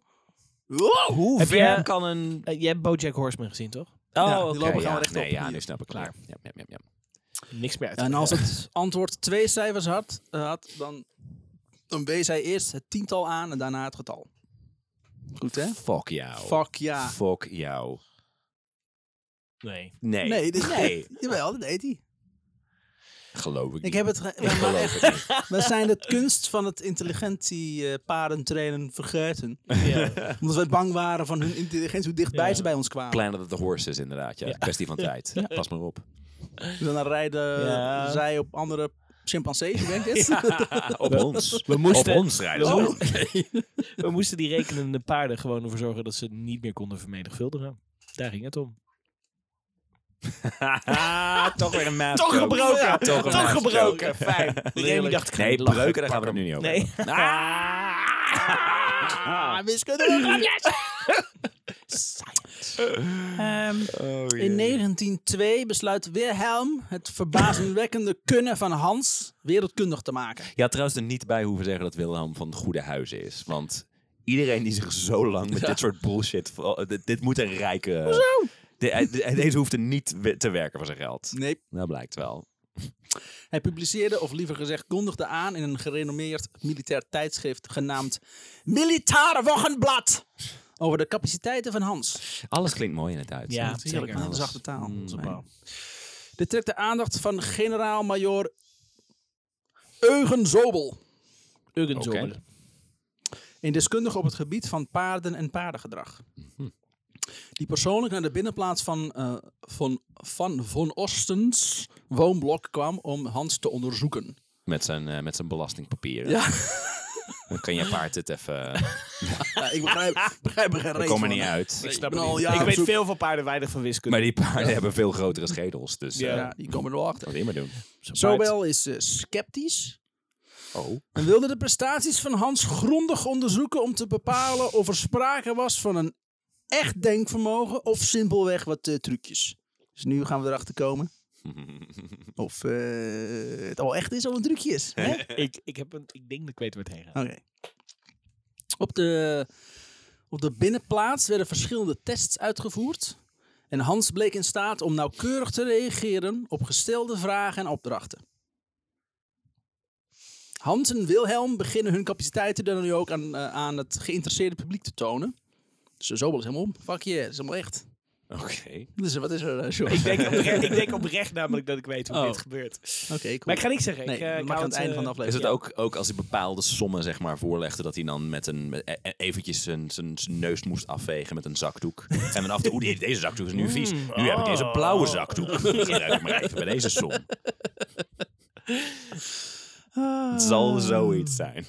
Wow.
Hoe
Heb
ver
jij-
kan een...
Eh, jij hebt Bojack Horseman gezien, toch?
Oh,
Ja, die
oké,
lopen gewoon
ja,
rechtop.
Nee, ja,
Hier.
nu snap ik. Klaar. Ja, ja, ja, ja.
Niks meer uit.
En als het antwoord twee cijfers had, eh, had dan, dan wees hij eerst het tiental aan en daarna het getal. Goed hè?
Fuck jou.
Fuck ja.
Fuck jou.
Nee.
Nee.
Nee, dit
nee.
nee. Jawel, dat deed hij.
Geloof ik niet.
Ik heb het ge-
Ik
maar
geloof
echt,
het niet.
we zijn de kunst van het intelligentie eh, parentrainen vergeten. Omdat we bang waren van hun intelligentie, hoe dichtbij
Ja.
ze bij ons kwamen.
Kleiner dat de horse is inderdaad. Ja. Kwestie van tijd. Pas maar op.
Dus dan rijden
Ja.
zij op andere chimpansees, ik denk dit.
op ons.
We moesten,
Op ons rijden. ze.
Oh. we moesten die rekenende paarden gewoon ervoor zorgen dat ze niet meer konden vermenigvuldigen. Daar ging het om.
Ah, toch weer een maat.
Toch gebroken.
Ja,
toch
een maat.
gebroken. Fijn. Remy
Heerlijk.
dacht, ik ga
nee,
niet lachen.
breuken, daar gaan
Pak
we het
hem.
nu niet over.
Nee.
hebben.
Ah, wiskunde. Ehm, in 1902 besluit Wilhelm het verbazingwekkende kunnen van Hans wereldkundig te maken.
Je had trouwens er niet bij hoeven zeggen dat Wilhelm van het goede huizen is. Want iedereen die zich zo lang met dit soort bullshit... vo- eh, Dit, dit moet een rijke... Hoezo? eh, deze hoeft er niet we- te werken voor zijn geld.
Nee.
Dat blijkt wel.
Hij publiceerde, of liever gezegd kondigde aan in een gerenommeerd militair tijdschrift genaamd Militaire Wochenblad over de capaciteiten van Hans.
Alles klinkt mooi in het Duits.
Ja,
Dat is
zeker.
heerlijk.
Een zachte taal.
Mm.
Fijn. Dit trekt de aandacht van generaal-majoor Eugen Zobel.
Uggenzobel.
Oké.
Een deskundige op het gebied van paarden en paardengedrag. Die persoonlijk naar de binnenplaats van eh, van, van Von Ostens woonblok kwam om Hans te onderzoeken.
Met zijn, eh, met zijn belastingpapieren.
Ja.
Dan kan je paard het even...
Ja, ik begrijp, ik begrijp er geen
We
reet
komen
van.
niet uit.
Ik snap
ben
het
al
niet.
jaren
Ik
op
weet
zoek.
veel van paarden, weinig van wiskunde.
Maar die paarden hebben veel grotere schedels. Dus eh,
Ja, die komen er wel achter.
wat immer doen.
Zobel is eh, sceptisch
Oh.
en wilde de prestaties van Hans grondig onderzoeken om te bepalen of er sprake was van een echt denkvermogen of simpelweg wat eh, trucjes. Dus nu gaan we erachter komen of eh, het al echt is of een trucje is. Hè? Oké.
ik, ik, heb een, ik denk dat ik weet waar het heen gaat.
Op, de, op de binnenplaats werden verschillende tests uitgevoerd. En Hans bleek in staat om nauwkeurig te reageren op gestelde vragen en opdrachten. Hans en Wilhelm beginnen hun capaciteiten dan nu ook aan, eh, aan het geïnteresseerde publiek te tonen. Dus zo is helemaal om. Fuck yeah, dat is helemaal echt.
Oké.
Dus wat is er, eh, Sjoerd?
Ik denk, oprecht, ik denk oprecht namelijk dat ik weet hoe
Oh.
dit gebeurt.
Oké, cool.
Maar ik ga niks zeggen.
Nee,
ik, eh,
dat
ik
mag
hou
aan het einde
eh,
van de
Is
aflevering.
het ook, ook als hij bepaalde sommen zeg maar, voorlegde, dat hij dan met een, met- e- e- eventjes zijn, zijn, zijn neus moest afvegen met een zakdoek? En dan af te, oeh, die- deze zakdoek is nu vies.
Mm.
Nu heb
Oh.
ik deze blauwe zakdoek. Gebruik ik maar even bij deze som.
Ah.
Het zal zoiets zijn.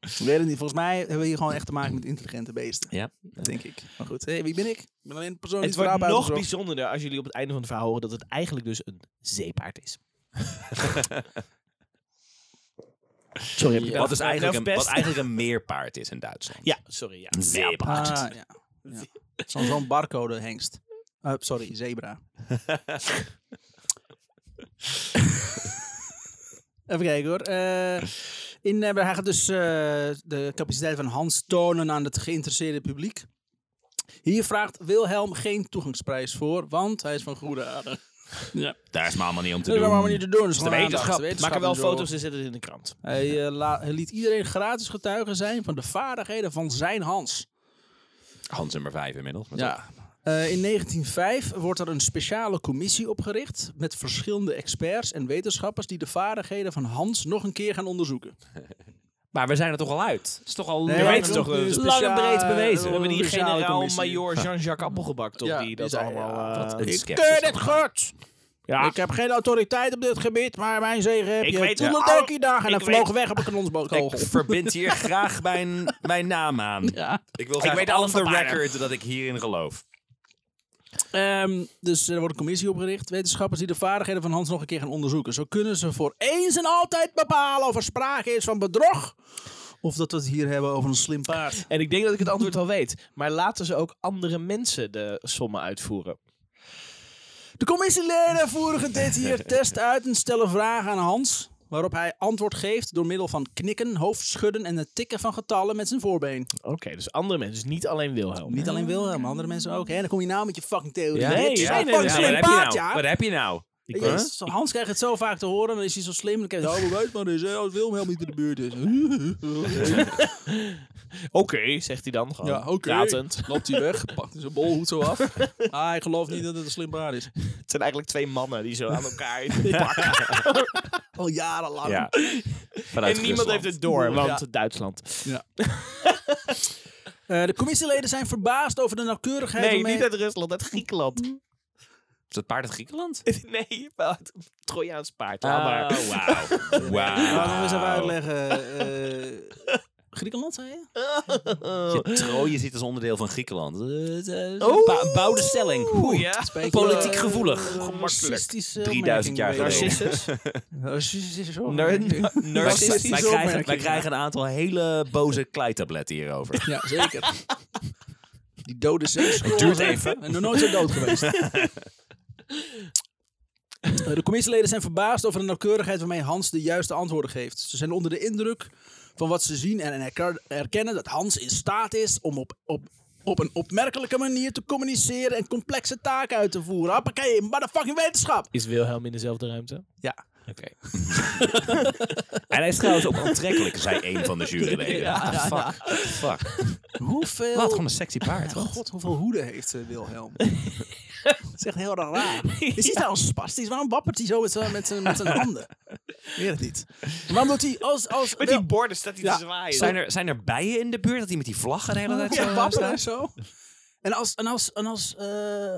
Ik weet het niet. Volgens mij hebben we hier gewoon echt te maken met intelligente beesten.
Ja.
Denk ik. Maar goed, hey, wie ben ik? Ik ben alleen de persoon die
Het wordt
verhaal
nog
buiten zocht.
bijzonderder als jullie op het einde van het verhaal horen dat het eigenlijk dus een zeepaard is. sorry, heb ik
Wat,
Nou,
is eigenlijk een, wat
Nou, best?
eigenlijk een meerpaard is in Duitsland.
Ja, sorry. Ja.
Een zeepaard.
Ah, ja. ja. Zo'n zo'n barcode hengst. Eh, sorry, zebra. Even kijken hoor. Eh, in, eh, hij gaat dus eh, de capaciteit van Hans tonen aan het geïnteresseerde publiek. Hier vraagt Wilhelm geen toegangsprijs voor, want hij is van goede aarde.
Daar is maar allemaal niet om te
Dat is
doen.
allemaal niet te doen. Dat is
de
gewoon aandacht.
wetenschap.
Maak er wel
en zo.
foto's en zet het in de krant.
Hij, eh, la- hij liet iedereen gratis getuige zijn van de vaardigheden van zijn Hans.
Hans nummer 5 inmiddels. maar
Ja. Eh, in 1905 wordt er een speciale commissie opgericht met verschillende experts en wetenschappers die de vaardigheden van Hans nog een keer gaan onderzoeken.
Maar we zijn er toch al uit. Het is toch al
Nee,
je
ja,
weet
we
het toch,
doen nu
eh,
lang
speciaal-
en breed
we
bewezen.
We hebben hier
speciale commissie.
generaal-major Jean-Jacques Appelgebak, toch?
Ja,
die
die
dat
zei,
allemaal...
ja,
eh,
Een
Ik
sceptisch
keur dit goed! Ik heb geen autoriteit op dit gebied, maar mijn zegen heb
Ik
je.
weet-
Toen
ja,
dat ik dagen en
ik
hij vloog
weet-
weg op een kanonskogel.
Ik verbind hier graag mijn, mijn naam aan. Ik wil
weet
zeggen,
alles
on the
van paarden.
record, dat ik hierin geloof.
Ehm, dus er wordt een commissie opgericht. Wetenschappers die de vaardigheden van Hans nog een keer gaan onderzoeken. Zo kunnen ze voor eens en altijd bepalen of er sprake is van bedrog. Of dat we het hier hebben over een slim paard.
En ik denk dat ik het antwoord al weet. Maar laten ze ook andere mensen de sommen uitvoeren.
De commissieleden voeren gedetailleerd test uit en stellen vragen aan Hans. Waarop hij antwoord geeft door middel van knikken, hoofdschudden en het tikken van getallen met zijn voorbeen.
Oké, dus andere mensen. Dus niet alleen Wilhelm.
Niet alleen Wilhelm, maar andere mensen ook. Hè? Dan kom je nou met je fucking theorie.
Ja, nee,
Dit is
ja,
zo'n
nee,
fucking
ja,
slim
wat, heb je
paard,
nou?
ja.
wat heb je nou?
Ik
Weet je,
weet-
zo- Hans krijgt het zo vaak te horen, dan is hij zo slim. Dan krijgt hij, oh, weet maar dus, hè, als Wilhelm niet in de buurt is.
Oké, zegt hij dan gewoon. Pratend.
Loopt hij weg, pakt zijn bolhoed zo af. Ah, ik geloof niet dat het een slim paard is.
Het zijn eigenlijk twee mannen die zo aan elkaar in de pak.
Al jarenlang.
Ja.
En niemand heeft het door, want
Ja.
Duitsland.
Eh, de commissieleden zijn verbaasd over de nauwkeurigheid
Nee,
waarmee-
niet uit Rusland, uit Griekenland.
Is dat paard uit Griekenland?
Nee, wel uit een Trojaans paard. Laat maar.
Oh, wauw.
Ah, Laten we eens even
Wauw.
uitleggen. eh, Griekenland, zei je?
Je Troje ziet als onderdeel van Griekenland. Eh, eh, eh, ba- bouwde stelling. Oeh,
Ja.
Politiek
eh,
gevoelig.
Gemakkelijk.
3000 jaar geleden.
Narcissus.
Narcistisch.
Wij, wij-
Narcistisch
wij krijgen, wij
opmerking.
krijgen een aantal hele boze kleitabletten hierover.
Ja, zeker. Die dode zeus. Het
duurt even.
En nog nooit zo dood geweest. Eh, De commissieleden zijn verbaasd over de nauwkeurigheid waarmee Hans de juiste antwoorden geeft. Ze zijn onder de indruk van wat ze zien en herker- herkennen dat Hans in staat is om op, op, op een opmerkelijke manier te communiceren en complexe taken uit te voeren. Hoppakee, motherfucking wetenschap!
Is Wilhelm in dezelfde ruimte?
Ja.
Oké.
En hij is trouwens ook aantrekkelijk, zei een van de juryleden. Ah, fuck. fuck.
Hoeveel...
Wat gewoon een sexy paard.
Ja,
Wat?
God, hoeveel hoeden heeft eh, Wilhelm? Dat is echt heel raar. Is hij trouwens spastisch? Waarom wappert hij zo met zijn, met zijn, met zijn handen? Weet het niet. Waarom doet hij als... als
Met
Wil-
die borden staat hij
Ja.
te zwaaien.
Zijn er, zijn er bijen in de buurt dat hij met die vlaggen de hele tijd
ja,
zo
wapperen en
staat?
zo? En als, en als, en als eh,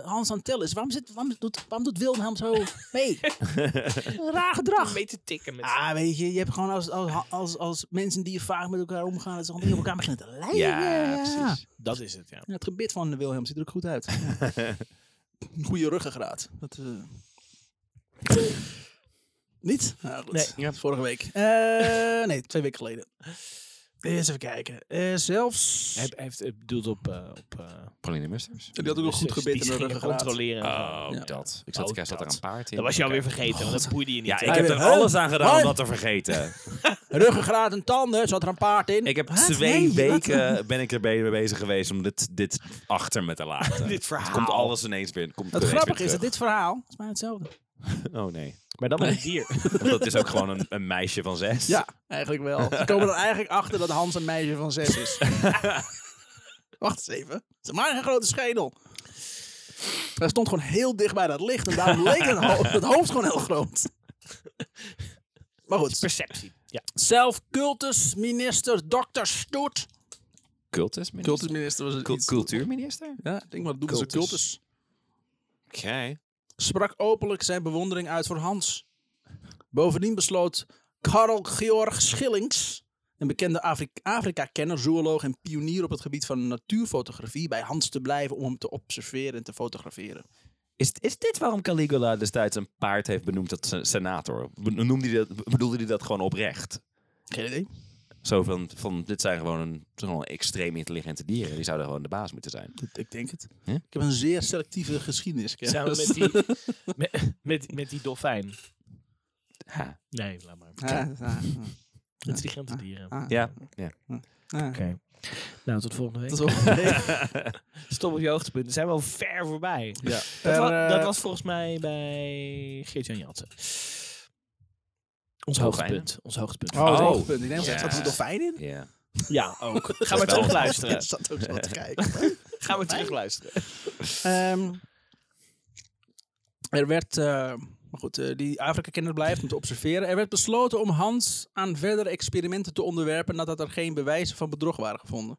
Hans aan het tellen is, waarom, zit, waarom, doet, waarom doet Wilhelm zo mee? raar gedrag.
mee te tikken met
Ah, weet je, je hebt gewoon als, als, als, als mensen die vaak met elkaar omgaan, dat ze gewoon tegen elkaar beginnen te lijden.
Ja, precies.
Dat is het, ja.
Ja, het gebit van Wilhelm ziet er ook goed uit. Een Goede ruggengraat. Dat, eh. Niet? Nou, goed.
Nee.
Dat is vorige week. Eh, nee, twee weken geleden. Eens even kijken. Eh, zelfs...
Hij heeft het bedoeld op... eh, op eh,
Pauline Musters?
Die had ook een goed
dus
gebit
die
in de
gingen
ruggengraat.
controleren.
Oh,
Ja.
dat. Ik zat,
Oh,
ik zat er
dat.
een paard in.
Dat was je
Oké.
alweer vergeten, want dat boeide je niet.
Ja, ik
Hij
heb
weer,
er
hè?
alles aan gedaan
Hoi.
om dat te vergeten.
Ruggengraat en tanden, zat er een paard in.
Ik heb
Wat?
twee
Nee,
weken ben ik er mee bezig geweest om dit, dit achter me te laten.
Dit verhaal.
Het komt alles ineens weer. Komt
wat?
ineens
Het grappige
weer
is dat
terug.
dit verhaal is mij hetzelfde.
Oh nee.
Maar dan met een dier.
Want dat is ook gewoon een, een meisje van zes.
Ja, eigenlijk wel. Ze komen er eigenlijk achter dat Hans een meisje van zes is. Wacht eens even. Ze maar een grote schedel. Hij stond gewoon heel dicht bij dat licht en daarom leek het, ho- het hoofd gewoon heel groot. Maar goed.
Perceptie. Ja.
Zelf cultusminister Dr. Stoet.
Cultusminister?
Cultusminister was het
Cul- cultuurminister?
Ja, ik denk wat doen ze
Cultus.
cultus.
Oké.
Sprak openlijk zijn bewondering uit voor Hans. Bovendien besloot Karl Georg Schillings Een bekende Afri- Afrika-kenner, zooloog en pionier op het gebied van natuurfotografie. Bij Hans te blijven om hem te observeren en te fotograferen.
Is, is dit waarom Caligula destijds een paard heeft benoemd tot se- senator? Be- Noemde hij dat, bedoelde hij dat gewoon oprecht?
Geen idee.
Zo van, van dit zijn gewoon, een, het zijn gewoon extreem intelligente dieren. Die zouden gewoon de baas moeten zijn.
Ik- Ik denk het.
Ja?
Ik heb een zeer selectieve geschiedenis.
Samen met die, met, met, met die dolfijn.
Ha.
Nee, laat maar. Intelligente dieren.
Ja.
Oké. Nou, tot volgende week.
Dat is wel
Stop op je hoogtepunten. Zijn we al ver voorbij.
Ja.
Dat,
Per,
wa-
eh,
dat was volgens mij bij Geert-Jan Jansen. Ons hoogtepunt. Ons hoogtepunt.
Oh, het
Oh.
hoogtepunt. Ik neem
Ja.
zat er een dolfijn in?
Ja.
Ja, ook. Ga maar
wel-
terug
Ik
luisteren.
zat ook zo te kijken.
Ga maar terug luisteren.
Ehm, er werd, eh, maar goed, eh, die Afrika-kenner blijft om te observeren. Er werd besloten om Hans aan verdere experimenten te onderwerpen nadat er geen bewijzen van bedrog waren gevonden.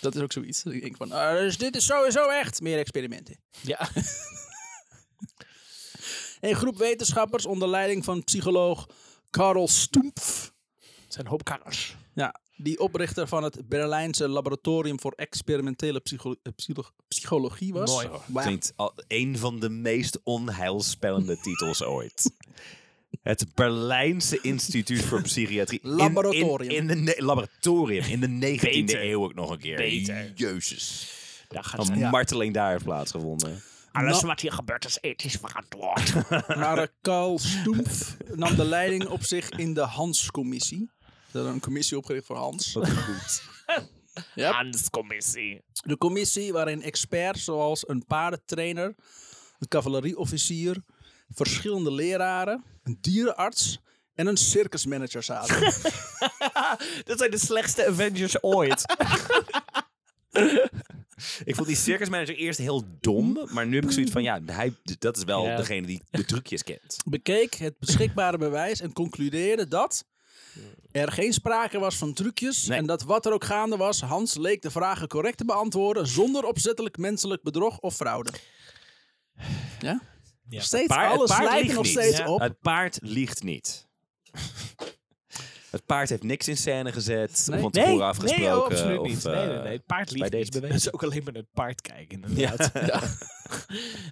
Dat is ook zoiets. Ik denk van, ah, dus dit is sowieso echt. Meer experimenten.
Ja.
Een groep wetenschappers onder leiding van psycholoog Karl Stumpf,
Het zijn een hoop kanners.
ja, die oprichter van het Berlijnse Laboratorium voor Experimentele Psycholo- eh, Psycholo- Psychologie was. Oh,
Mooi hoor.
Wauw.
Klinkt al, een van de meest onheilspellende titels ooit. Het Berlijnse Instituut voor Psychiatrie. In- in-
Laboratorium.
In, de ne- laboratorium. In de 19e
Beter.
eeuw ook nog een keer.
Beter.
Jezus.
Daar gaat
Een marteling daar heeft plaatsgevonden.
Alles
Nou-
wat hier gebeurt is ethisch verantwoord.
Maar eh, Karl Stumpf nam de leiding op zich in de Hans-commissie. Ze hadden een commissie opgericht voor Hans. Yep.
Handelscommissie.
De commissie waarin experts zoals een paardentrainer, een cavalerieofficier, verschillende leraren, een dierenarts en een circusmanager zaten.
Dat zijn de slechtste Avengers ooit.
Ik vond die circusmanager eerst heel dom. Maar nu heb ik zoiets van, ja, hij, dat is wel
Ja.
degene die de trucjes kent.
Bekeek het beschikbare bewijs en concludeerde dat er geen sprake was van trucjes
Nee.
en dat wat er ook gaande was, Hans leek de vragen correct te beantwoorden zonder opzettelijk menselijk bedrog of fraude. Ja?
Ja.
Steeds
Paard- het
alles
paard
lijkt
liegt
nog
niet.
steeds
Ja.
op.
Het paard liegt niet. Het paard heeft niks in scène gezet.
Nee.
Van tevoren afgesproken.
Nee, oh, absoluut
of,
niet. Nee, nee,
eh,
nee. Het paard liegt
bij
niet.
deze
Dat is ook alleen maar naar het paard kijken,
Ja.
inderdaad.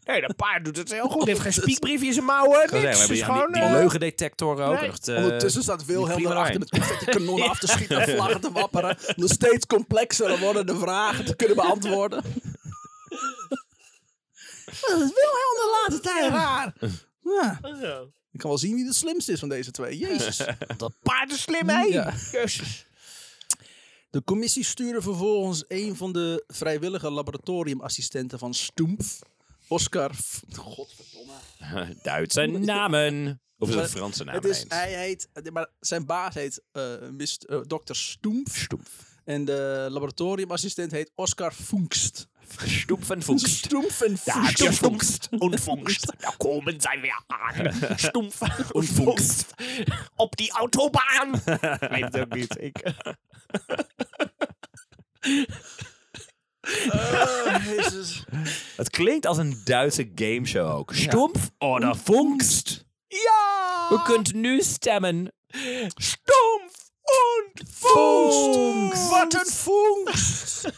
Nee, dat paard doet het heel goed. heeft geen spiekbriefje in zijn mouwen. Niks.
Ik wou zeggen,
Het
we
is
hebben
gewoon,
die, die
eh,
leugendetectoren ook.
nee.
echt, eh,
Ondertussen staat Wilhelm
prima
erachter
lijn.
met confetti kanonnen af te schieten en vlaggen te wapperen. Nog steeds complexer worden de vragen te kunnen beantwoorden. Dat is Wilhelm de laatste tijd raar. Ja. Ik kan wel zien wie de slimste is van deze twee. Jezus.
Dat paard is slim, hè?
Ja.
Jezus.
De commissie stuurde vervolgens een van de vrijwillige laboratoriumassistenten van Stumpf, Oscar. F- Godverdomme.
Duitse namen. Of is het
Nou, Maar
Franse naam?
Het is,
eens?
hij heet, eh, maar zijn baas heet eh mist, eh, dokter Stumpf. En de laboratoriumassistent heet Oscar Funkst.
Stoep van Voeks.
Stumpf en
Ja,
Funkst.
stumpfst und funkst. Da komen zij weer aan. Stumpf und funkst. Op die autobahn. Weet het ook niet. Ik...
Oh, Jezus.
Het klinkt als een Duitse gameshow ook. Stumpf oder Funkst.
Ja!
U kunt nu stemmen.
Stumpf und funkst.
Wat een Funkst!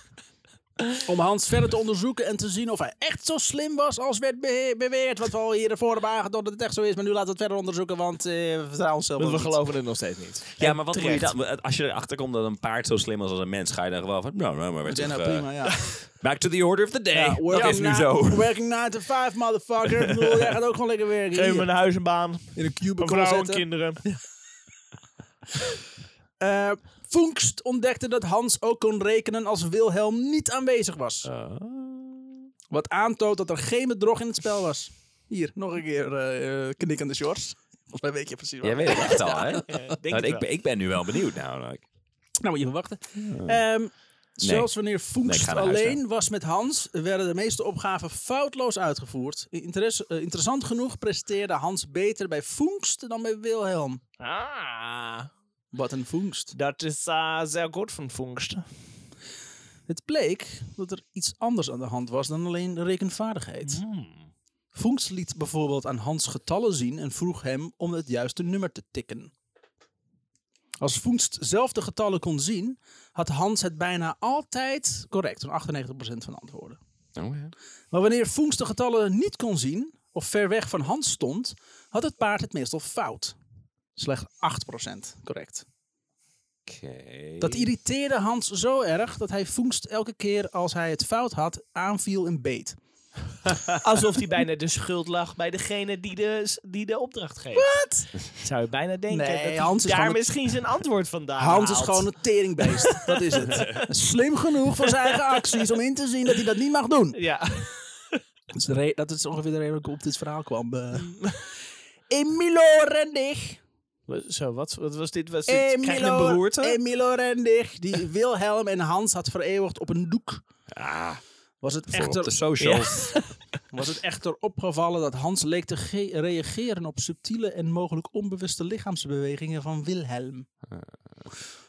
Om Hans verder te onderzoeken en te zien of hij echt zo slim was als werd behe- beweerd. Wat we al hier ervoor hebben aangetoond dat het echt zo is. Maar nu laten we het verder onderzoeken, want eh, we vertrouwen onszelf wel
We
niet.
geloven het nog steeds niet.
Ja, maar wat moet je
terecht.
dan? Als je erachter komt dat een paard zo slim is als een mens, ga je dan gewoon van. Nou, nou, maar
We
werd
zijn
toch,
nou
eh,
prima, ja.
Back to the order of the day.
Ja, nou.
dat is nu zo.
Working 9 to 5, motherfucker. Ik bedoel, jij gaat ook gewoon lekker werken.
Geef
Hier,
me een huis en baan.
in een
Een
cubicle
vrouw en
zetten.
kinderen.
Eh, Funkst ontdekte dat Hans ook kon rekenen als Wilhelm niet aanwezig was.
Eh,
Wat aantoont dat er geen bedrog in het spel was. Hier, nog een keer eh, eh, knikkende shorts. Volgens mij weet je precies wat.
Jij weet het echt al, hè?
Denk
Nou,
het
ik,
wel.
ben- ik ben nu wel benieuwd namelijk.
Nou, moet je even wachten. Ehm, Zelfs wanneer
Nee, ik
Funkst
ga naar huis,
alleen was met Hans, werden de meeste opgaven foutloos uitgevoerd. Interess- eh, interessant genoeg presteerde Hans beter bij Funkst dan bij Wilhelm.
Ah,
Wat een Funkst.
dat is eh, zeer goed van Funkst.
Het bleek dat er iets anders aan de hand was dan alleen de rekenvaardigheid.
Hmm.
Funks liet bijvoorbeeld aan Hans getallen zien en vroeg hem om het juiste nummer te tikken. Als Voenst zelf de getallen kon zien, had Hans het bijna altijd correct, zo'n 98% van de antwoorden.
Oh, ja.
Maar wanneer Voenst de getallen niet kon zien, of ver weg van Hans stond, had het paard het meestal fout. Slechts 8% correct.
Oké.
Dat irriteerde Hans zo erg dat hij Voenst elke keer als hij het fout had aanviel en beet.
Alsof hij bijna de schuld lag bij degene die de, die de opdracht geeft. Wat? Zou je bijna denken
Nee,
dat hij
Hans is
daar
gewoon een-
misschien zijn antwoord vandaan
Hans is
haalt.
gewoon een teringbeest. dat is het. Slim genoeg voor zijn eigen acties om in te zien dat hij dat niet mag doen.
Ja.
Dat is, de re- dat is ongeveer de reden dat ik op dit verhaal kwam. eh. Emilio Rendig.
Zo, wat, wat was dit? Was dit krijg je een
Emilio,
beroerte?
Emilio Rendig. Die Wilhelm en Hans had vereeuwigd op een doek. Ah. Was het,
Voor op de
echter,
socials.
was het echter opgevallen dat Hans leek te ge- reageren op subtiele en mogelijk onbewuste lichaamsbewegingen van Wilhelm.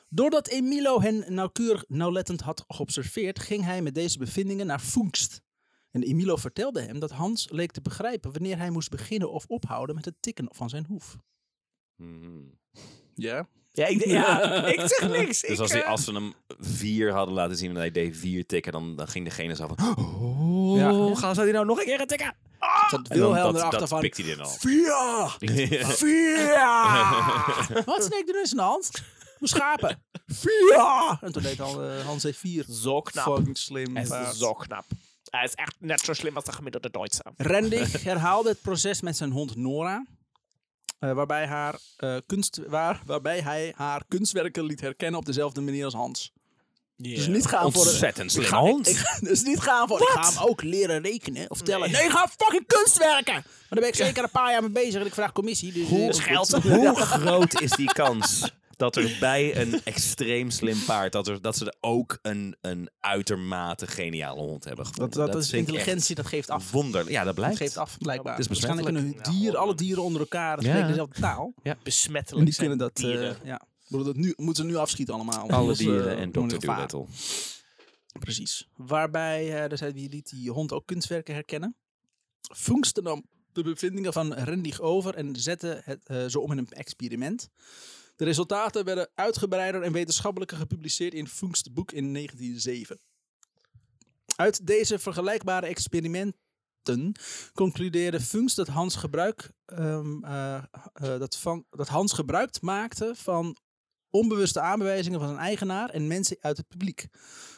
Doordat Emilio hen nauwkeurig nauwlettend had geobserveerd, ging hij met deze bevindingen naar Voengst. En Emilio vertelde hem dat Hans leek te begrijpen wanneer hij moest beginnen of ophouden met het tikken van zijn hoef.
Mhm.
Ja.
Ja, ik, ja, ik zeg niks.
Dus
ik,
als, die,
eh,
als ze hem vier hadden laten zien en hij deed vier tikken, dan, dan ging degene zo van... Oh,
Ja. Ah,
gaan ze die nou nog een keer een tikken?
Dat
En dan,
Wilhelm
dat,
erachter
dat
van.
pikt hij dan al.
Via! Via! Wat sneek er in zijn hand? Mijn schapen. Via! En toen deed al, eh, Hans heeft vier.
zo knap.
nou.
Fucking slim. eh,
Hij is
paard.
zo knap. Hij is echt net zo slim als de gemiddelde Duitse.
Rendig herhaalde het proces met zijn hond Nora. eh, waarbij, haar, eh, kunst, waar, waarbij hij haar kunstwerken liet herkennen op dezelfde manier als Hans. Dus niet gaan voor de,
Ontzettend slim. Hans.
ik- dus niet gaan voor. Ik ga hem ook leren rekenen of tellen. Nee, ga fucking kunstwerken! Maar daar ben ik zeker een paar jaar mee bezig en ik vraag commissie. Dus, eh, dat moet-
Scheld.
Hoe groot is die kans dat er bij een extreem slim paard, dat, er, dat ze er ook een, een uitermate geniale hond hebben
Dat,
gevonden?
dat, is
vind ik
intelligentie, dat geeft
echt
af.
Wonderlijk. Ja, dat
Dat
blijft.
geeft af, blijkbaar.
Het is
dus Waarschijnlijk kunnen hun
Ja,
dieren, alle dieren onder elkaar spreken
Ja.
dezelfde taal. En
Besmettelijk.
die
zijn
kunnen dat, eh,
dieren.
ja. Ik bedoel, dat nu, moeten ze nu afschieten allemaal. want
Alle
anders, eh,
dieren en
doen we
Dr.
heel vaak.
Doolittle.
Precies. Waarbij, eh daar zei die liet die hond ook kunstwerken herkennen. Funkste nam de bevindingen van Rendig over en zette het, eh, ze om in een experiment. De resultaten werden uitgebreider en wetenschappelijker gepubliceerd in Funkst boek in 1907. Uit deze vergelijkbare experimenten concludeerde Funkst dat Hans gebruik ehm, eh, eh, dat, van, dat Hans gebruik maakte van onbewuste aanwijzingen van zijn eigenaar en mensen uit het publiek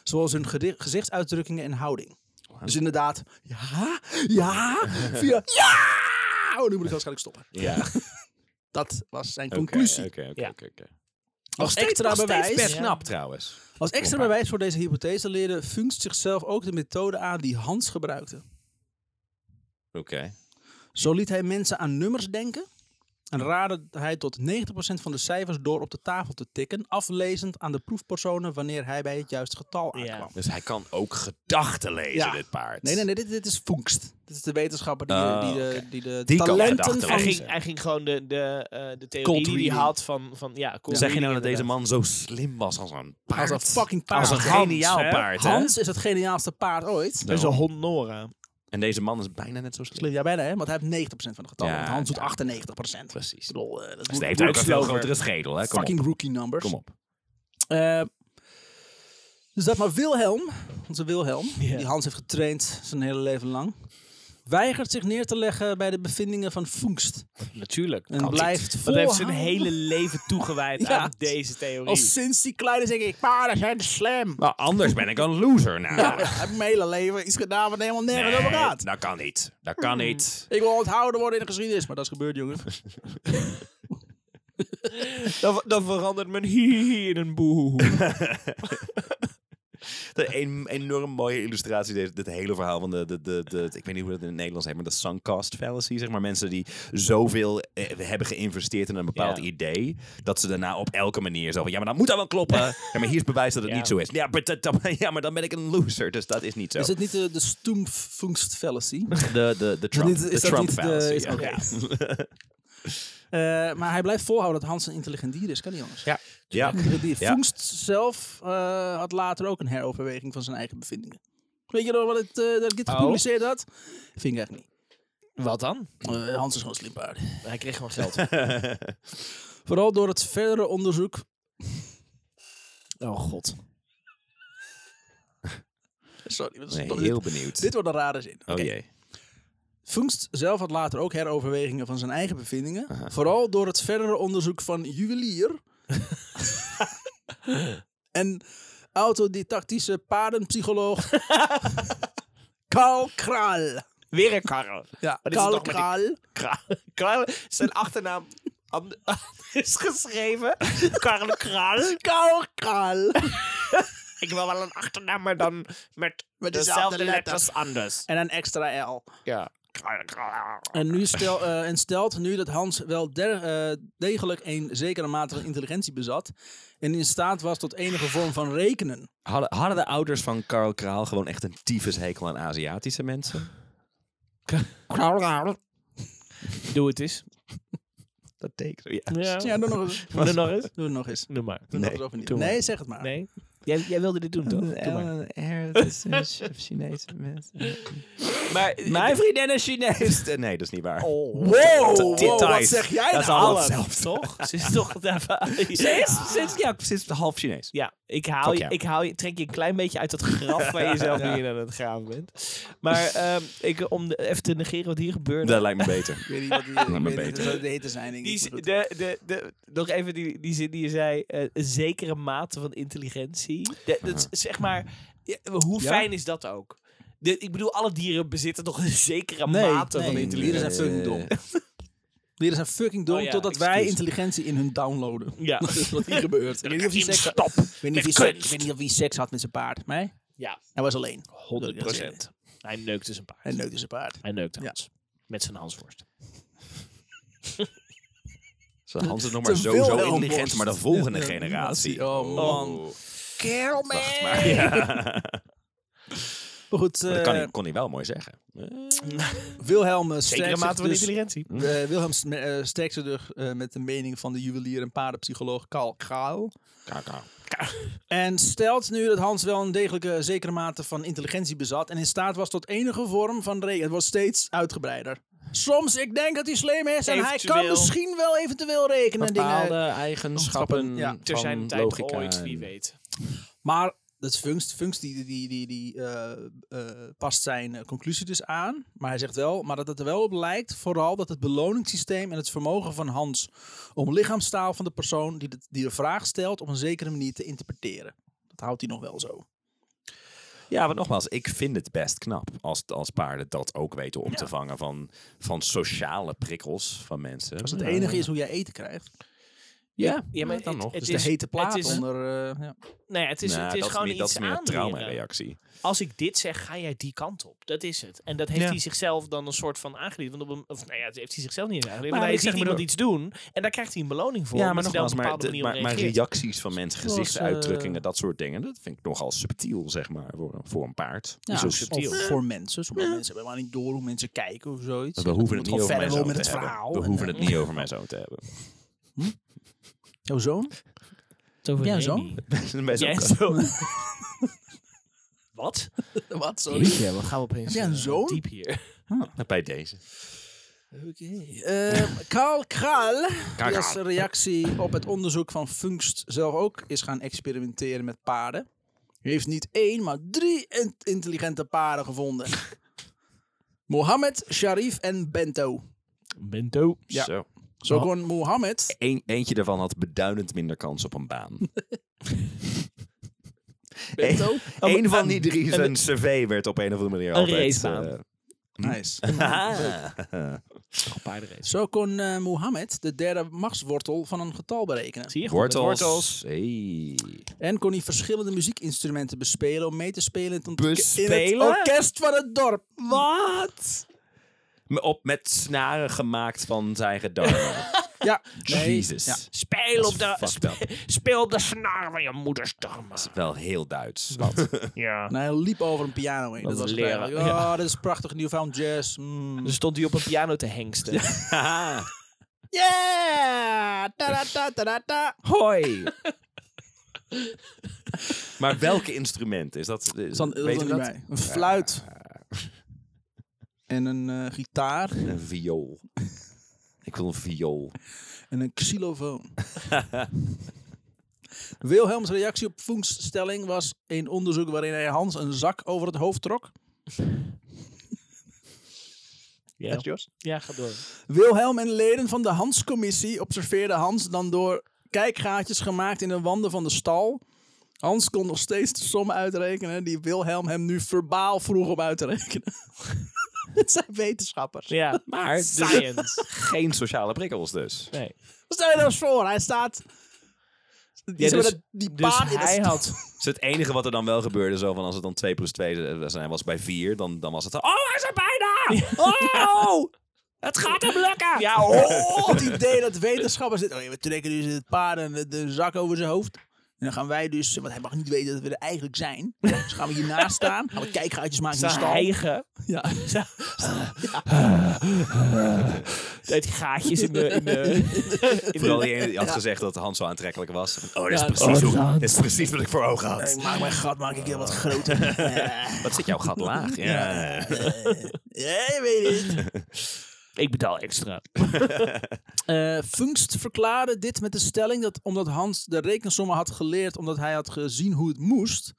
zoals hun gedi- gezichtsuitdrukkingen en houding. Dus inderdaad, ja, ja, via, ja! Oh, nu moet ik waarschijnlijk stoppen.
Ja,
Dat was zijn
Oké,
conclusie.
oké, oké,
Ja.
oké, oké.
Als extra bewijs,
Best knap trouwens.
als extra
Kom maar.
bewijs voor deze hypothese leerde Funst zichzelf ook de methode aan die Hans gebruikte.
Oké.
Zo liet hij mensen aan nummers denken en raadde hij tot 90% van de cijfers door op de tafel te tikken, aflezend aan de proefpersonen wanneer hij bij het juiste getal
Ja.
aankwam.
Dus hij kan ook gedachten lezen,
Ja.
dit paard.
Nee, nee, nee, dit, dit is Funkst. Dit is de wetenschapper die,
Oh,
die, de,
oké.
die de
Die kan
talenten
gedachten
van
Hij ging,
lezen.
hij ging gewoon de, de, eh, de
Cold
theorie die
reading.
hij had van, van ja, cold
Zeg je nou dat
reading
deze man zo slim was als een paard?
Als een fucking paard.
Als een
Hans,
geniaal
hè?
paard, hè? Nou.
Hans is het geniaalste paard ooit.
inderdaad. Deze hond Nora.
En deze man is bijna net zo slim.
Slim, ja, bijna, hè? Want hij heeft 90% van de getallen.
Ja,
Want Hans doet
ja.
98%. procent.
Precies.
Ik bedoel, eh, dat
Dus
moet-
hij heeft
moet
ook een
ik
veel
zo-
grotere schedel, hè? Kom
fucking
op.
rookie numbers.
Kom op.
Eh, dus dat maar Wilhelm, onze Wilhelm,
Ja.
die Hans heeft getraind zijn hele leven lang, weigert zich neer te leggen bij de bevindingen van Funkst.
Natuurlijk.
En blijft
Want hij heeft
volhouden.
zijn hele leven toegewijd
Ja.
aan deze theorie.
Al sinds die kleine zeg ik, paarden zijn slim.
Nou, anders ben ik een loser nou.
Ja, ik heb mijn hele leven iets gedaan wat helemaal nergens over
Nee,
gaat.
dat kan niet. Dat kan niet.
Ik wil onthouden worden in de geschiedenis, maar dat is gebeurd, jongen.
Dan, dan verandert mijn hi in een boehoe.
De een enorm mooie illustratie, deze, dit hele verhaal van de, de, de, de, ik weet niet hoe dat in het Nederlands heet, maar de sunk cost fallacy, zeg maar. Mensen die zoveel eh, hebben geïnvesteerd in een bepaald
Ja.
idee, dat ze daarna op elke manier zo van, ja, maar dat moet dan wel kloppen. Ja, maar hier is bewijs dat het
Ja.
niet zo is. Ja maar, dat, dan- ja, maar dan ben ik een loser, dus dat is niet zo.
Is het niet de, de stoemfungst fallacy?
de, de, de Trump,
niet-
de
is dat
Trump
niet de-
fallacy.
is-
ja.
oké. Eh, maar hij blijft volhouden dat Hans een intelligent dier is. Kan niet anders.
Ja.
Intelligent dier.
Ja.
Vungst zelf eh, had later ook een heroverweging van zijn eigen bevindingen. Weet je nog wat het, eh, dat ik dit
Oh.
gepubliceerd had? Vind ik echt niet.
Wat dan?
Eh, Hans is gewoon een slim paard.
Hij kreeg gewoon geld.
Vooral door het verdere onderzoek
Oh god.
Sorry, dat is
Nee,
toch- dit-
heel benieuwd.
Dit wordt een rare zin.
Oh
Oké.
jee.
Vungst zelf had later ook heroverwegingen van zijn eigen bevindingen. Vooral door het verdere onderzoek van juwelier. en autodidactische paardenpsycholoog. Karl Kral.
Weer een karren.
Ja,
dit is
Karl
toch met die-
Kral.
Kra- Karl, zijn achternaam an- is geschreven. Karl Kral.
Karl Kral.
Ik wil wel een achternaam, maar dan met,
Met
dezelfde
dezelfde
letters.
letters.
anders.
En een extra L.
Ja. Karl Kral.
En, nu stel, eh, en stelt nu dat Hans wel der- eh, degelijk een zekere mate van intelligentie bezat. En in staat was tot enige vorm van rekenen.
Hadden, hadden de ouders van Karl Kraal gewoon echt een tyfushekel aan Aziatische mensen?
Doe het eens.
Dat teken ja.
Ja, doe nog eens.
Doe het nog eens.
Doe het nog eens.
Doe maar.
Nee,
Doe nog eens over niet.
doe maar.
Nee, zeg het maar.
Nee? Jij, jij wilde dit doen, toch? Doe maar.
Chinese mensen.
Maar,
Mijn vriendin is Chinees. Nee, dat is niet waar.
Oh.
Wow,
Dit
wow, wat
thuis.
zeg jij
Dat is
nou?
allemaal
Half,
hetzelfde.
toch? Ze is toch even...
Sinds, sinds, ja, sinds half Chinees.
Ja, ik, haal
Fuck
je,
ja.
ik haal je, trek je een klein beetje uit dat graf waar je zelf nu in aan het graven bent. Maar ehm, ik, om de- even te negeren wat hier gebeurde.
Dat lijkt me beter.
Ik weet niet wat die,
maar
ik weet niet
beter.
wat de heten zijn. denk ik.
Die,
Maar
z-
goed.
de, de, de, nog even die, die zin die je zei, eh, een zekere mate van intelligentie. De- dat is, zeg maar, ja, hoe
Ja?
fijn is dat ook? De- ik bedoel, alle dieren bezitten toch een zekere
Nee,
mate
nee,
van
dieren
intelligentie.
zijn fucking dom. Dieren zijn fucking dom
Oh ja,
totdat wij
excuus.
intelligentie in hun downloaden.
Ja.
Dat is wat hier gebeurt. Ik weet niet of hij seks, had-
Stop.
ik weet niet of
Met
hij seks-
kunst.
ik weet niet of hij seks had met zijn paard. Nee?
Ja,
Hij was alleen.
100 procent. Hij neukt dus een paard.
Hij neukte zijn paard.
Hij neukt
Ja.
Hans. Met zijn hansworst.
Zal Hans het nog
Te
maar zo,
veel
zo
Elmos.
intelligent, maar de volgende
Ja, ja,
generatie.
oh, man.
Kill
Wacht maar. Ja.
Maar goed,
Maar
eh,
dat kan hij, kon hij wel mooi zeggen.
Wilhelm eh,
Zekere
sterkt zich
mate van
dus,
intelligentie.
eh, Wilhelm sm- eh, sterkt zich dus, eh, met de mening van de juwelier en paardenpsycholoog Karl Kraal.
Nou,
Kaka.
En stelt nu dat Hans wel een degelijke eh, zekere mate van intelligentie bezat en in staat was tot enige vorm van regen. Het wordt steeds uitgebreider. Soms, ik denk dat hij slim is en hij kan
Eventueel.
misschien wel eventueel rekenen en dingen. eh,
eigenschappen
Ja,
Ter zijn tijd ooit, wie weet.
Maar dat Funks, Funks die, die, die, die eh, eh, past zijn eh, conclusie dus aan. Maar hij zegt wel, maar dat het er wel op lijkt, vooral dat het beloningssysteem en het vermogen van Hans om lichaamstaal van de persoon die de, die de vraag stelt op een zekere manier te interpreteren. Dat houdt hij nog wel zo.
Ja, maar nogmaals, ik vind het best knap als, als paarden dat ook weten om te vangen van, van sociale prikkels van mensen. Eh,
Als het enige is hoe jij eten krijgt.
Ja,
Ja, maar
dan
het-
nog.
het
Dus
is-
de hete plaat
het is-
onder... eh, ja.
Nee, het is,
Nou,
het is
dat
gewoon
niet, dat
iets
is meer een
aanleren.
trauma-reactie.
Als ik dit zeg, ga jij die kant op. Dat is het. En dat heeft
Ja.
hij zichzelf dan een soort van aangeleerd. Want op een, of nou ja, dat heeft hij zichzelf niet aangeleerd.
Maar
Maar hij
ik
ziet
zeg maar
iemand
door-
iets doen en daar krijgt hij een beloning voor.
Ja, maar
omdat hij daar
nogmaals,
op een
maar, de-
bepaalde manier op
maar, maar
reageert.
reacties van mensen,
Zoals,
gezichtsuitdrukkingen,
eh,
dat soort dingen, dat vind ik nogal subtiel, zeg maar, voor, voor een paard. Dus
Ja,
Zo
of
subtiel.
voor mensen. Sommige mensen hebben maar niet door hoe mensen kijken of zoiets.
We hoeven het
moet
niet
gewoon
over mijn
verder lopen
zoon
met
te
het
hebben.
verhaal.
We
En,
hoeven
eh,
het niet over mijn zoon te hebben.
Jouw zoon? Ja,
Remy.
zo.
Mijn zoon-
Jij zo. Wat?
Wat? Sorry.
we gaan opeens
Ja, een
eh,
zoon?
diep hier.
Bij deze.
Eh, Karl Kral, die als reactie op het onderzoek van Fungst zelf ook is gaan experimenteren met paarden. Hij heeft niet één, maar drie in- intelligente paarden gevonden. Mohammed, Sharif en Bento.
Bento.
Ja.
Zo.
Zo kon Mohammed...
Eén- eentje daarvan had beduidend minder kans op een baan.
Bento?
Eén van die drie, zijn cv werd op een of andere manier
Een
altijd...
racebaan.
eh,
Nice. Zo kon eh, Mohammed de derde machtswortel van een getal berekenen.
Zie je? Goed,
wortels.
wortels.
Hey.
En kon hij verschillende muziekinstrumenten bespelen om mee te spelen in het, ontk- in het
Bespelen?
orkest van het dorp.
Wat?
M- Op met snaren gemaakt van zijn gedarmen.
Ja, nee.
Jezus.
Ja.
Speel op, de,
fucked
spe- speel op de snaar van je moeders darmen.
Wel heel Duits.
Ja.
En hij liep over een piano heen. Dat,
Dat
was
is
het
leren,
eigenlijk. Oh,
ja.
dit is prachtig. Newfound jazz. Mm.
Dus stond hij op een piano te hengsten.
Haha.
Yeah! Ta -da -da -da -da.
Hoi. maar welke instrument? Is dat, is,
Zand, dat
weet
was
je
er niet
dat?
bij. Een fluit. En een eh, gitaar.
Een viool. Ik wil een viool.
En een xylofoon. Wilhelms reactie op Funks stelling was een onderzoek waarin hij Hans een zak over het hoofd trok.
Ja. ja, ga door.
Wilhelm en leden van de Hans-commissie observeerden Hans dan door kijkgaatjes gemaakt in de wanden van de stal. Hans kon nog steeds de som uitrekenen die Wilhelm hem nu verbaal vroeg om uit te rekenen. Het zijn wetenschappers.
Ja, maar science.
dus Geen sociale prikkels dus.
Nee.
Stel je nou eens voor, hij staat... Die,
Ja,
zeg maar
dus-
dat- die
Dus
paard in de
hij
stal-
had...
Dus het enige wat er dan wel gebeurde, zo van als het dan 2 plus 2 was en hij was bij 4, dan, dan was het dan, oh hij is er bijna! Oh! Het gaat hem lukken!
Ja, oh!
Oh, het idee dat wetenschappers dit... Oh, ja, we trekken dus het paard en de, de zak over zijn hoofd. En dan gaan wij dus... Want hij mag niet weten dat we er eigenlijk zijn. Dus gaan we hiernaast staan. Gaan we kijkgaatjes maken in de
Zijn
stal.
eigen...
Ja.
Het gaatjes in de... In de
Vooral die ene die had gezegd dat Hans zo aantrekkelijk was. Oh, dat is, precies, hoe- dat is precies wat ik voor ogen had.
Ik maak mijn gat maak ik heel wat groter. Eh,
Wat zit jouw gat laag? Ja.
eh, weet het.
ik betaal extra.
Dus- Eh, Funkst verklaarde dit met de stelling dat omdat Hans de rekensommen had geleerd omdat hij had gezien hoe het moest.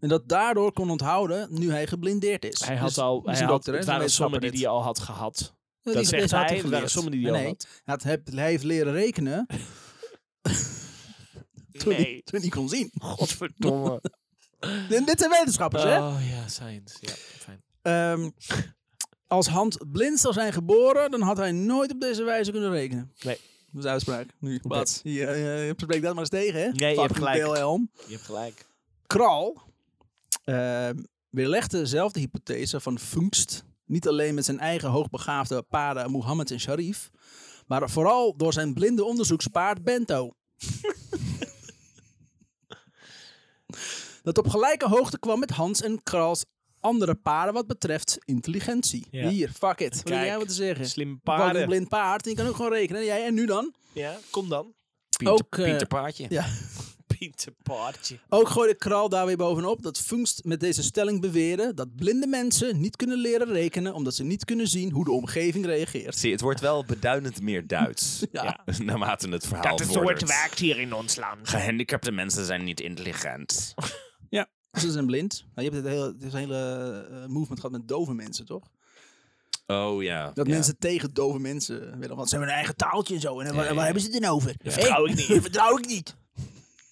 En dat daardoor kon onthouden nu hij geblindeerd is.
Hij had
Dus-
al...
dus
Hij
een
had,
dokter, hè,
het
zo'n
waren sommen die
wetenschapper
hij al had gehad.
dit.
Dat
Nou, Die-
zegt
deze had
hij,
hij
er waren
geleerd.
sommen die hij al
Nee,
had.
Hij, had- heb- hij heeft leren rekenen toen, hij,
Nee,
toen hij kon zien.
godverdomme.
En dit zijn wetenschappers, hè?
Oh ja, science. Ja, fijn.
Ehm, als Hans blind zou zijn geboren, dan had hij nooit op deze wijze kunnen rekenen.
Nee.
Dat is de uitspraak. Nu.
Wat?
Je, je, je spreekt dat maar eens tegen, hè?
je hebt
Fucking
gelijk.
Wilhelm.
Je hebt gelijk.
Kral ehm, weerlegde dezelfde hypothese van Funkst. Niet alleen met zijn eigen hoogbegaafde paarden Mohammed en Sharif, maar vooral door zijn blinde onderzoekspaard Bento. dat op gelijke hoogte kwam met Hans en Krals andere paarden wat betreft intelligentie.
Ja.
Hier, fuck it. Wat heb
Kijk,
jij wat te zeggen?
Slimme
Fucking
paarden.
blind paard, die kan ook gewoon rekenen. Jij en nu dan?
Ja, kom dan.
Pieter,
Ook, eh,
Pieter Paardje.
Ja.
Pieter Paardje.
Ook gooide Kral daar weer bovenop dat Funst met deze stelling beweerde dat blinde mensen niet kunnen leren rekenen omdat ze niet kunnen zien hoe de omgeving reageert.
Zie, het wordt wel beduidend meer Duits.
Ja.
Naarmate het verhaal
Dat is zo het
vordert.
werkt hier in ons land.
Gehandicapte mensen zijn niet intelligent.
Ze zijn blind. Nou, je hebt het hele, dit hele eh, movement gehad met dove mensen, toch?
Oh ja.
Dat
ja.
mensen tegen dove mensen willen, want ze hebben een eigen taaltje en zo. En waar, waar hebben ze het dan over? Dat
vertrouw ik niet.
Dat vertrouw ik niet.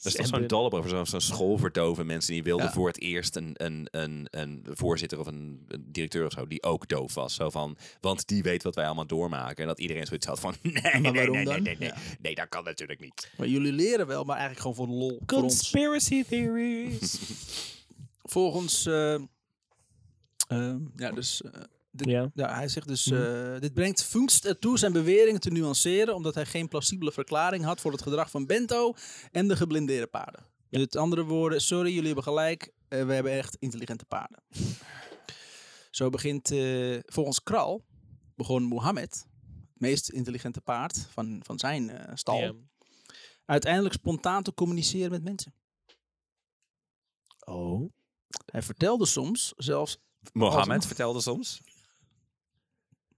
Dat is toch zo'n dolp over zo'n zo'n school voor dove mensen. Die wilden
Ja.
voor het eerst een, een, een, een voorzitter of een, een directeur of zo die ook doof was. Zo van, want die weet wat wij allemaal doormaken. En dat iedereen zoiets had van, nee, nee, nee,
waarom
nee, nee,
dan?
nee, nee.
Ja.
Nee, dat kan natuurlijk niet.
Maar jullie leren wel, maar eigenlijk gewoon voor de lol. Voor ons.
Conspiracy theories.
Volgens, eh, eh, ja, dus eh, dit-
Ja.
Ja, hij zegt dus, eh, dit brengt Funkst ertoe zijn beweringen te nuanceren, omdat hij geen plausibele verklaring had voor het gedrag van Bento en de geblindeerde paarden. Met andere woorden, sorry, jullie hebben gelijk, eh, we hebben echt intelligente paarden. Zo begint, eh, volgens Kral, begon Mohammed, het meest intelligente paard van, van zijn eh, stal,
Ja.
uiteindelijk spontaan te communiceren met mensen.
Oh.
Hij vertelde soms zelfs,
Mohammed vertelde soms.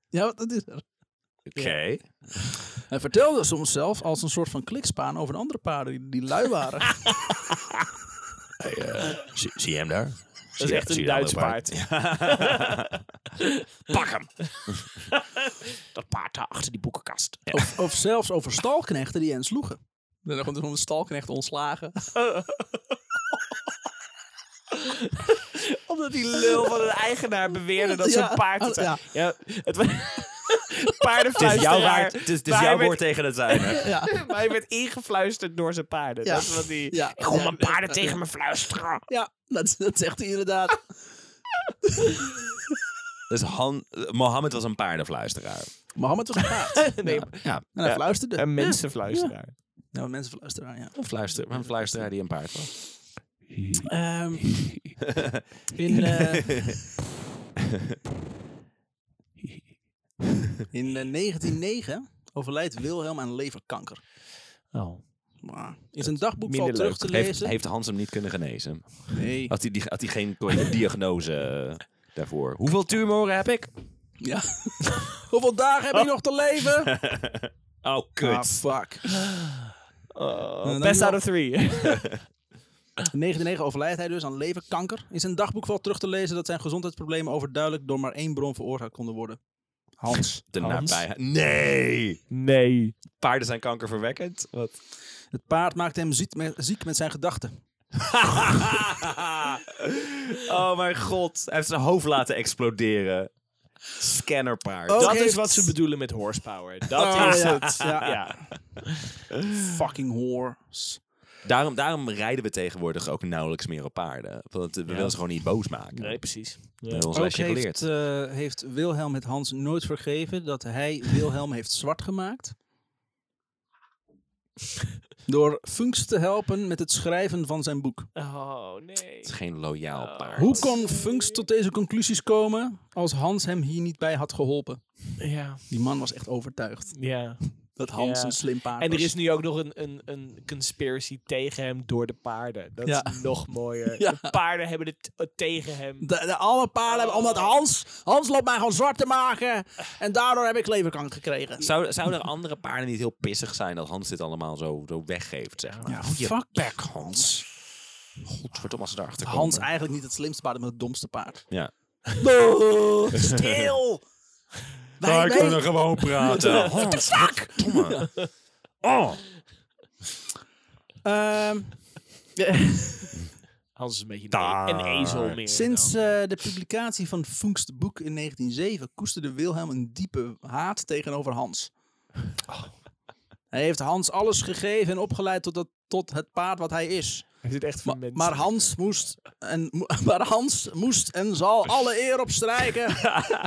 ja, wat- dat is er.
Oké.
Hij vertelde soms zelf als een soort van klikspaan over de andere paarden die, die lui waren.
Hey, eh, zie, zie je hem daar?
Dat is echt een Duits paard.
Pak hem.
Dat paard daar achter die boekenkast.
Of, of zelfs over stalknechten die hen sloegen. Dan gewoon dus om de stalknechten ontslagen.
Omdat die lul van een eigenaar beweerde dat
Ja, Oh,
zijn paard het
ja.
zijn. Ja, het wa- Paardenfluisteraar.
Het is jouw, waard, het is, het is
Maar hij
jouw
werd-
woord tegen het zijn.
Ja,
Maar hij werd ingefluisterd door zijn paarden.
Ja.
Dat is wat die...
Ja.
Ik hoor
Ja.
mijn paarden tegen me fluisteren.
ja dat, dat zegt hij inderdaad.
Dus Han, eh, Mohammed was een paardenfluisteraar.
Mohammed was een paard.
Nee, Eh,
Ja,
En hij
Ja.
fluisterde.
een mensenfluisteraar.
Ja, maar mensen fluisteren, ja.
een, fluister, een fluisteraar die een paard was.
Ehm, in eh, in eh, 1909 overlijdt Wilhelm aan leverkanker.
Oh.
Maar in zijn dagboek
minder
valt terug
leuk.
te
Heeft,
lezen.
heeft Hans hem niet kunnen genezen?
Nee.
Had hij, die- had hij geen correcte diagnose eh, daarvoor? Hoeveel tumoren heb ik?
Ja. Ah, Hoeveel dagen heb ik nog te leven?
Oh,
Ah,
kut.
fuck.
Oh.
Nou, dan
Eh, best
nu
out
al-
of three.
1909 overlijdt hij dus aan leverkanker. In zijn dagboek valt terug te lezen dat zijn gezondheidsproblemen overduidelijk door maar één bron veroorzaakt konden worden. Hans.
De
Hans?
nabijheid. Nee!
nee.
Paarden zijn kankerverwekkend. Wat?
Het paard maakte hem ziek met, ziek met zijn gedachten.
oh mijn god. Hij heeft zijn hoofd laten exploderen. Scannerpaard.
Oh.
Dat
heeft-
is wat ze bedoelen met horsepower. Dat
Ah,
is
ja.
het.
Ja.
Ja.
Fucking horse.
Daarom, daarom rijden we tegenwoordig ook nauwelijks meer op paarden. Want we willen ze gewoon niet boos maken.
Nee, precies.
We hebben ons
Ook
lesje geleerd.
heeft, eh, heeft Wilhelm het Hans nooit vergeven dat hij Wilhelm heeft zwart gemaakt. Door Funks te helpen met het schrijven van zijn boek.
Oh, nee.
Het is geen loyaal paard.
Hoe kon Funks tot deze conclusies komen als Hans hem hier niet bij had geholpen?
Ja.
Die man was echt overtuigd
ja.
dat Hans
Ja.
een slim paard
En er
was.
is nu ook nog een, een, een conspiracy tegen hem door de paarden. Dat
Ja.
is nog mooier.
Ja.
De paarden hebben het eh, tegen hem.
De, de- alle paarden, hebben- omdat
Oh.
Hans, Hans loopt mij gewoon zwart te maken. En daardoor heb ik leverkanker gekregen.
Zou, zouden andere paarden niet heel pissig zijn dat Hans dit allemaal zo, zo weggeeft, zeg maar?
Ja,
Ah,
fuck back Hans.
Godverdomme als ze daarachter komen.
Hans eigenlijk niet het slimste paard, maar het domste paard.
Ja.
Stil! Wij, wij-
gewoon praten. Hans, verdomme. Oh.
Ehm,
Hans is een beetje
Daar.
een, een ezel meer.
sinds eh, de publicatie van Funks boek in 1907 koesterde Wilhelm een diepe haat tegenover Hans. Hij heeft Hans alles gegeven en opgeleid tot, dat, tot het paard wat hij is.
Hij zit echt
Ma-
voor mensen.
maar Hans moest en, mo- maar Hans moest en zal alle eer opstrijken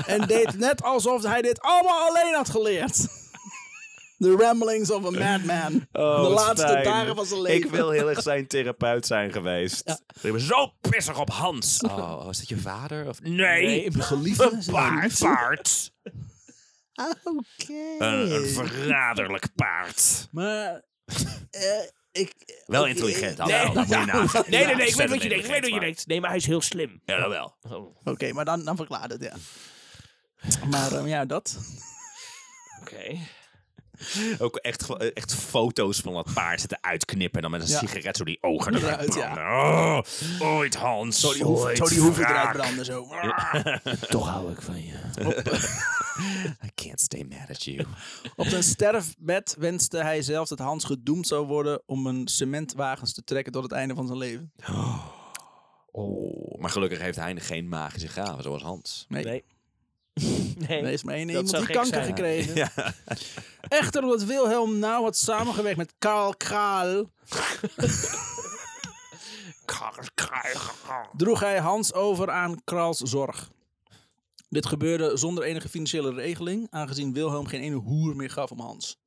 en deed net alsof hij dit allemaal alleen had geleerd. The ramblings of a madman.
Oh,
de
wat
laatste
fijn.
dagen van zijn
Ik
leven.
wil heel erg zijn therapeut zijn geweest. Ik ben zo pissig op Hans. Oh, oh, is dat je vader? Of... Nee,
Nee,
Mijn geliefde is een
paard.
geliefde.
Paard.
Oké.
Een, een verraderlijk paard.
Maar eh, ik.
Wel
ik-
intelligent,
ik-
hallo. dat moet je nagaan.
Nee, nee,
Ja,
nee. Ik
ontzettend
weet wat je denkt. Ik weet wat je
intelligent,
denkt. Nee, maar hij is heel slim.
maar- Jawel.
Oh,
Oké, maar dan, dan verklaart het, ja. Maar ehm, ja, dat.
Oké.
Ook echt, gewoon- echt foto's van dat paard zitten uitknippen. En dan met een
Ja.
sigaret zo die ogen eruit
Eruit, ja.
branden. Oh, ooit Hans.
Zo die hoef-
ooit
Zo die hoeven
wraak.
eruit branden, zo.
Toch hou ik van je.
I can't stay mad at you.
Op zijn sterfbed wenste hij zelf dat Hans gedoemd zou worden om een cementwagens te trekken tot het einde van zijn leven.
Oh, maar gelukkig heeft hij geen magische gaven zoals Hans.
Nee,
Nee.
nee.
Nee.
er is maar één
Dat
iemand
zou
die
gek
kanker
zijn.
gekregen.
Ja.
Echter, omdat Wilhelm nauw had samengewerkt met Karl Kraal, droeg hij Hans over aan Krals zorg. Dit gebeurde zonder enige financiële regeling, aangezien Wilhelm geen ene hoer meer gaf om Hans.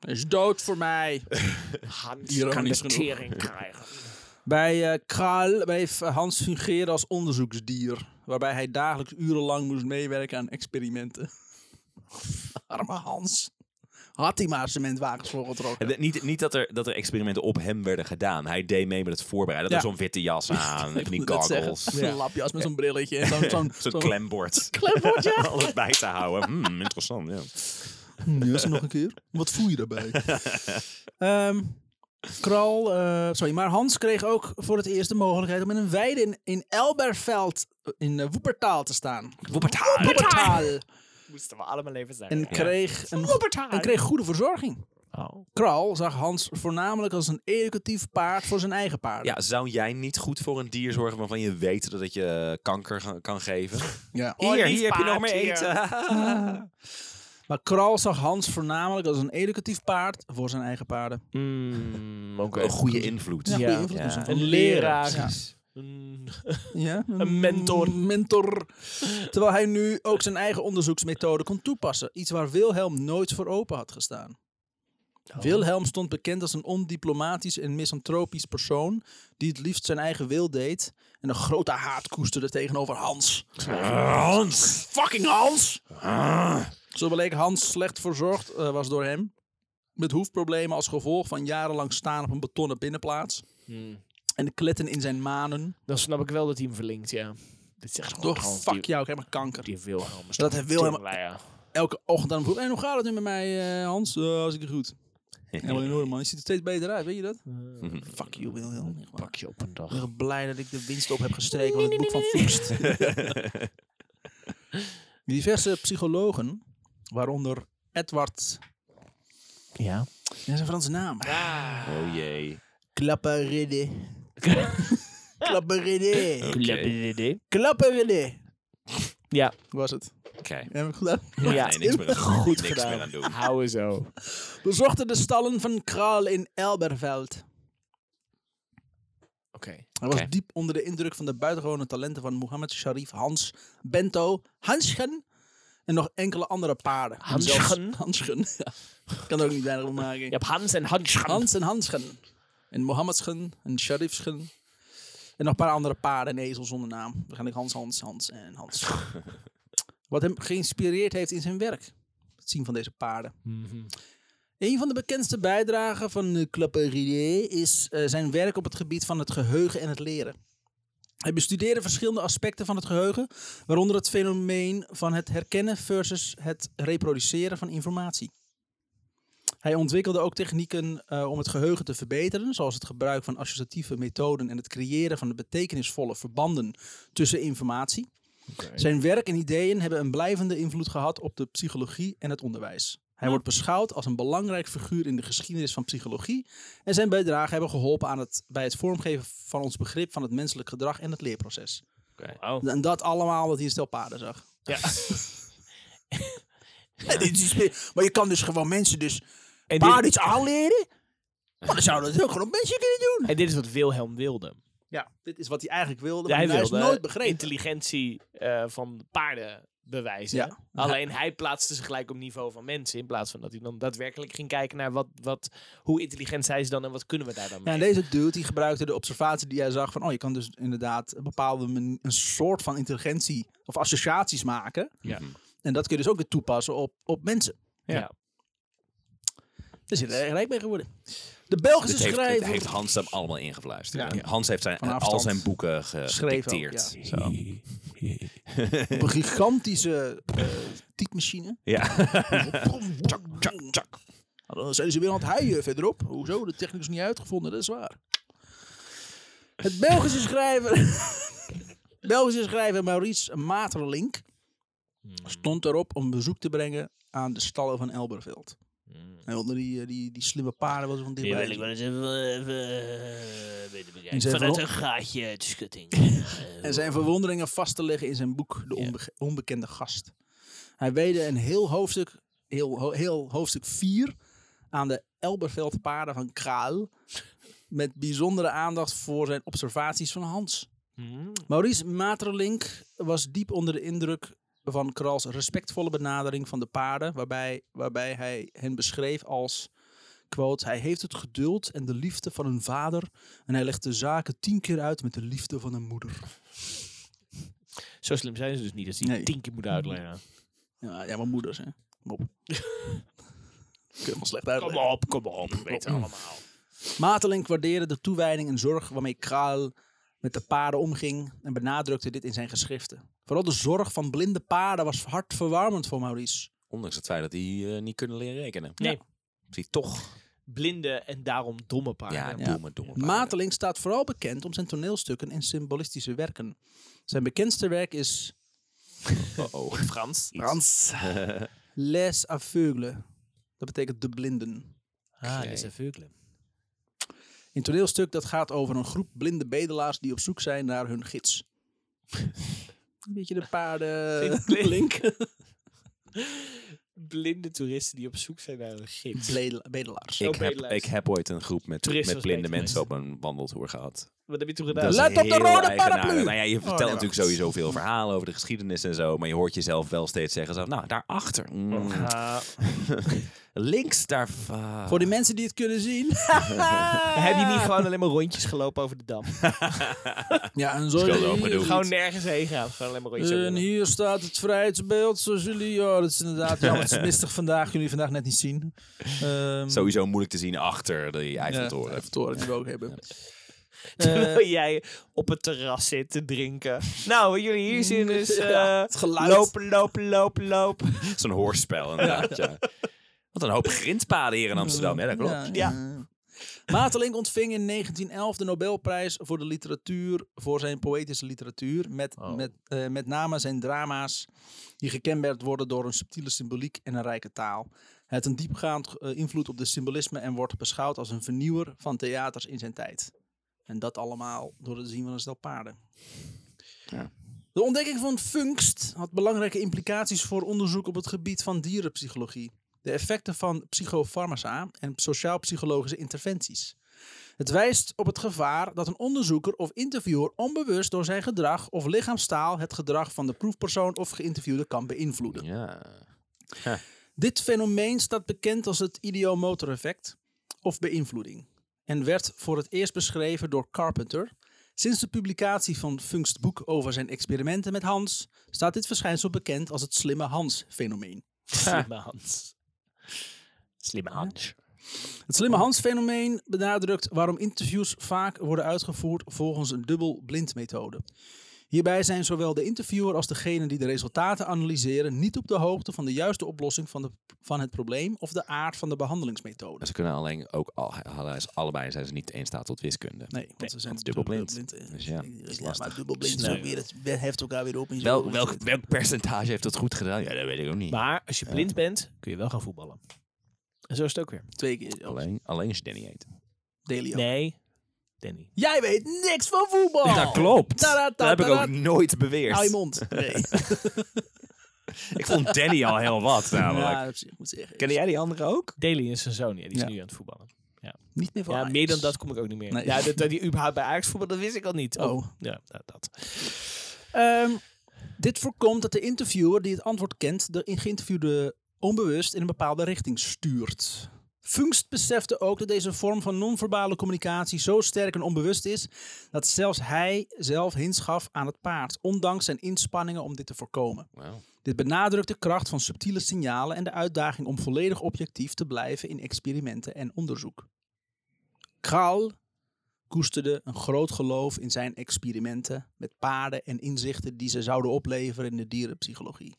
Hij is dood voor mij.
Hans
Ironisch
kan de
genoeg.
tering krijgen.
Bij eh Kraal bleef Hans fungeren als onderzoeksdier, waarbij hij dagelijks urenlang moest meewerken aan experimenten. Arme Hans. Had hij maar cementwagens voor getrokken.
En Niet, niet dat, er, dat er experimenten op hem werden gedaan. Hij deed mee met het voorbereiden. Dat
Ja.
er zo'n witte jas aan, van die
Ik wil net zeggen,
goggles.
Zo'n lapjas met zo'n brilletje en zo'n zo'n
Zo'n
zo'n-
klembord.
klembord, ja.
Alles bij te houden. Hmm, interessant, ja.
Nu was er nog een keer. Wat voel je daarbij? Ehm Kral, eh, sorry, maar Hans kreeg ook voor het eerst de mogelijkheid om in een weide in, in Elberveld in eh, Woepertaal te staan.
Woepertaal.
Woepertaal!
Moesten we allemaal even zijn.
En kreeg, een,
Woepertaal.
en kreeg goede verzorging.
Oh.
Kral zag Hans voornamelijk als een educatief paard voor zijn eigen paarden.
Ja, zou jij niet goed voor een dier zorgen waarvan je weet dat het je kanker ge- kan geven?
Ja.
Hier,
Oh, lief
hier heb je nog
paard,
meer
hier.
eten.
Maar Kral zag Hans voornamelijk als een educatief paard voor zijn eigen paarden.
Een goede invloed.
Ja,
Ja.
goede invloed op zijn-
Mm, Een leraar.
Ja.
Mm.
Ja,
Een mentor.
mentor. Terwijl hij nu ook zijn eigen onderzoeksmethode kon toepassen. Iets waar Wilhelm nooit voor open had gestaan.
Oh.
Wilhelm stond bekend als een ondiplomatisch en misantropisch persoon. die het liefst zijn eigen wil deed. en een grote haat koesterde tegenover Hans.
Hans!
Fucking Hans!
Ah.
Zo bleek Hans slecht verzorgd eh, was door hem. Met hoefproblemen als gevolg van jarenlang staan op een betonnen binnenplaats.
Mm.
en de kletten in zijn manen.
Dan snap ik wel dat hij hem verlinkt, ja. Dit zegt gewoon
Door
Hans,
fuck
die-
jou, ik heb een kanker.
Die Wilhelm. is
Dat
toch
heeft Wilhelm-
een teringlijer.
elke ochtend aan hem vroeg. En hoe gaat het nu met mij, eh, Hans? Eh, hartstikke goed. Helemaal in orde, man. Je ziet er steeds beter uit, weet je dat?
Mhm.
Fuck you, Wilhelm. echt waar.
Pak je op een dag.
Ik ben heel blij dat ik de winst op heb gestreken van het boek van Voest. Diverse psychologen, waaronder Edward...
Ja.
Dat is een Franse naam.
Oh jee.
Klapperide. Klapperide.
Oké.
Klapperide.
Ja.
Was het.
Oké.
Heb ik goed gedaan?
Ja.
Nee, niks meer aan doen.
Goed
niks
gedaan.
meer aan doen.
Hou zo.
Bezochten de stallen van Kraal in Elberveld.
Oké.
Hij was diep onder de indruk van de buitengewone talenten van Mohammed Sharif Hans Bento Hanschen en nog enkele andere paarden. En zelfs-
Hanschen?
Hanschen. Ja. Kan er ook niet weinig van maken.
Je hebt Hans en Hans.
Hans en Hanschen. En Mohammedschen en Sharifschen. En nog een paar andere paarden en ezels zonder naam. Waarschijnlijk Hans, Hans, Hans en Hans. Wat hem geïnspireerd heeft in zijn werk. Het zien van deze paarden. Een van de bekendste bijdragen van eh, Claparide is eh, zijn werk op het gebied van het geheugen en het leren. Hij bestudeerde verschillende aspecten van het geheugen, waaronder het fenomeen van het herkennen versus het reproduceren van informatie. Hij ontwikkelde ook technieken eh, om het geheugen te verbeteren, zoals het gebruik van associatieve methoden en het creëren van de betekenisvolle verbanden tussen informatie. Zijn werk en ideeën hebben een blijvende invloed gehad op de psychologie en het onderwijs. Hij wordt beschouwd als een belangrijk figuur in de geschiedenis van psychologie en zijn bijdragen hebben geholpen aan het, bij het vormgeven van ons begrip van het menselijk gedrag en het leerproces.
Wauw.
En dat allemaal omdat hij een stel paarden zag.
Ja.
Dit is weer- maar je kan dus gewoon mensen dus
En
paarden
dit-
iets aanleren? Maar dan zouden we het ook gewoon op mensen kunnen doen.
En dit is wat Wilhelm wilde.
Ja, dit is wat hij eigenlijk wilde,
Ja,
maar
hij
hij,
wilde
is nooit begrepen.
intelligentie eh, van paarden bewijzen.
Ja.
Alleen hij plaatste ze gelijk op niveau van mensen. In plaats van dat hij dan daadwerkelijk ging kijken naar wat, wat, hoe intelligent zijn ze dan en wat kunnen we daar dan
Ja,
mee.
en deze dude die gebruikte de observatie die hij zag van, oh, je kan dus inderdaad een bepaalde man- een soort van intelligentie of associaties maken.
Ja.
En dat kun je dus ook weer toepassen op, op mensen.
Ja.
Dus hij er rijk mee geworden. De
Dit
Belgische
heeft, dit
schrijver
heeft Hans hem allemaal ingefluisterd.
Ja.
Ja. Hans heeft zijn,
Van
al
afstand.
zijn boeken ge-
Schreef ook,
gedicteerd. Zo.
op een gigantische eh, typemachine.
Ja.
Tjak, tjak, tjak. Nou, Dan zijn ze weer aan het heien verderop. Hoezo? De techniek is niet uitgevonden, dat is waar. Het Belgische schrijver... Belgische schrijver Maurice Maeterlinck stond erop om bezoek te brengen aan de stallen van Elberveld. Hij wilde die, eh, die, die slimme paarden wel zo van
Die
dichtbij.
wil ik wel eens even, even eh, beter bekijken.
zijn
Vanuit
verlo-
een gaatje uit de schutting. Eh,
en zijn verwonderingen vast te leggen in zijn boek De Onbe- Onbekende Gast. Hij weide een heel hoofdstuk, heel, ho- heel hoofdstuk 4 aan de Elberveldpaarden van Kraal. Met bijzondere aandacht voor zijn observaties van Hans. Maurice Maeterlinck was diep onder de indruk van Kraals respectvolle benadering van de paarden. Waarbij, waarbij hij hen beschreef als... Quote, hij heeft het geduld en de liefde van een vader en hij legt de zaken tien keer uit met de liefde van een moeder.
Zo slim zijn ze dus niet dat ze die
Nee.
tien keer moeten uitleggen.
Ja, ja maar moeders, hè. Kom op. Kun je wel slecht
Kom
uitleggen.
op, kom op. We weten allemaal.
Matelink waardeerde de toewijding en zorg waarmee Kraal met de paarden omging en benadrukte dit in zijn geschriften. Vooral de zorg van blinde paarden was hartverwarmend voor Maurice.
Ondanks het feit dat hij eh, niet kunnen leren rekenen.
Nee.
Is hij toch?
Blinde en daarom domme paarden.
Ja,
Ja.
domme, domme paarden.
Matelink staat vooral bekend om zijn toneelstukken en symbolistische werken. Zijn bekendste werk is
Oh,
Frans.
Frans Les Aveugles. Dat betekent de blinden.
Ah, dat is een veugel.
Een toneelstuk dat gaat over een groep blinde bedelaars die op zoek zijn naar hun gids. Een beetje de paarden.
Blink. Blinde toeristen die op zoek zijn naar een gids.
Bedela- Bedelaars.
ik,
ben je
heb,
lijst.
ik heb ooit een groep met,
Toeristen
met blinde
geweest.
mensen op een wandeltour gehad.
Wat heb je toen
Dat
gedaan?
is
Let op de
heel
rode
eigenaardig.
paraplu. Oh,
Nou ja, je vertelt
nee,
natuurlijk
wacht.
sowieso veel verhalen over de geschiedenis en zo. Maar je hoort jezelf wel steeds zeggen zo, nou, daarachter. mm,
Oh,
Links daar. ah.
Voor die mensen die het kunnen zien.
Heb je niet gewoon alleen maar rondjes gelopen over de dam?
Ja, en
Schuld
zo.
open doen.
gewoon nergens heen gaan. Gewoon alleen maar rondjes
En hier staat het vrijheidsbeeld, zoals jullie. Ja, dat is inderdaad. Ja, het is mistig vandaag. Kunnen jullie vandaag net niet zien. Ehm,
Sowieso moeilijk te zien achter de Eiffeltoren.
Even toren die we ook hebben.
Terwijl
Eh.
jij op het terras zit te drinken. Nou, wat jullie hier zien is eh,
Ja, het geluid.
lopen, lopen, lopen, lopen.
Zo'n hoorspel inderdaad. eh, Ja. Wat een hoop grindpaden hier in Amsterdam, hè? dat klopt.
Mm, ja. Matelink ontving in 1911 de Nobelprijs voor de literatuur, voor zijn poëtische literatuur, met,
Oh.
met, eh, met name zijn drama's die gekenmerkt worden door een subtiele symboliek en een rijke taal. Het een diepgaand eh, invloed op de symbolisme en wordt beschouwd als een vernieuwer van theaters in zijn tijd. En dat allemaal door het zien van een stel paarden. De ontdekking van Fungst had belangrijke implicaties voor onderzoek op het gebied van dierenpsychologie de effecten van psychofarmaca en sociaal-psychologische interventies. Het wijst op het gevaar dat een onderzoeker of interviewer onbewust door zijn gedrag of lichaamstaal het gedrag van de proefpersoon of geïnterviewde kan beïnvloeden.
Ja.
Dit fenomeen staat bekend als het idiomotor-effect of beïnvloeding en werd voor het eerst beschreven door Carpenter. Sinds de publicatie van Funk's boek over zijn experimenten met Hans staat dit verschijnsel bekend als het slimme Hans-fenomeen.
Slimme Hans. Slimme Hans.
Het slimme Hans-fenomeen benadrukt waarom interviews vaak worden uitgevoerd volgens een dubbel blind methode. Hierbij zijn zowel de interviewer als degene die de resultaten analyseren niet op de hoogte van de juiste oplossing van, de, van het probleem of de aard van de behandelingsmethode.
Maar Ze kunnen alleen ook al, helaas allebei zijn ze niet in staat tot wiskunde.
Nee, want ze zijn
want dubbelblind.
eh,
Dus ja,
ja, maar dubbelblind is ook weer, het heft elkaar weer op. eh, en zo.
Wel, welk, welk percentage heeft dat goed gedaan? Ja, dat weet ik ook niet.
Maar als je blind bent, kun je wel gaan voetballen. En zo is het ook weer.
Twee keer. Oh,
alleen, alleen als je Danny eet.
Delio.
Nee, Danny.
Jij weet niks van voetbal!
Dat klopt.
Tada,
Dat heb ik
tada.
ook nooit
Hou Nou, je
beweerd.
mond. Nee.
Ik vond Danny al heel wat namelijk.
Ja, op zich moet zeggen.
Ken jij die andere ook?
Daly is zijn zoon, ja, die is
Ja.
nu aan het voetballen.
Niet meer van
Ja,
Ajax.
meer dan dat kom ik ook niet meer.
Nee.
Ja, dat, dat die überhaupt bij Ajax voetbal, dat wist ik al niet.
Oh.
Ja, dat. dat.
Ehm, dit voorkomt dat de interviewer die het antwoord kent, de geïnterviewde onbewust in een bepaalde richting stuurt. Fungst besefte ook dat deze vorm van non-verbale communicatie zo sterk en onbewust is, dat zelfs hij zelf hints gaf aan het paard, ondanks zijn inspanningen om dit te voorkomen. Dit benadrukt de kracht van subtiele signalen en de uitdaging om volledig objectief te blijven in experimenten en onderzoek. Kral koesterde een groot geloof in zijn experimenten met paarden en inzichten die ze zouden opleveren in de dierenpsychologie.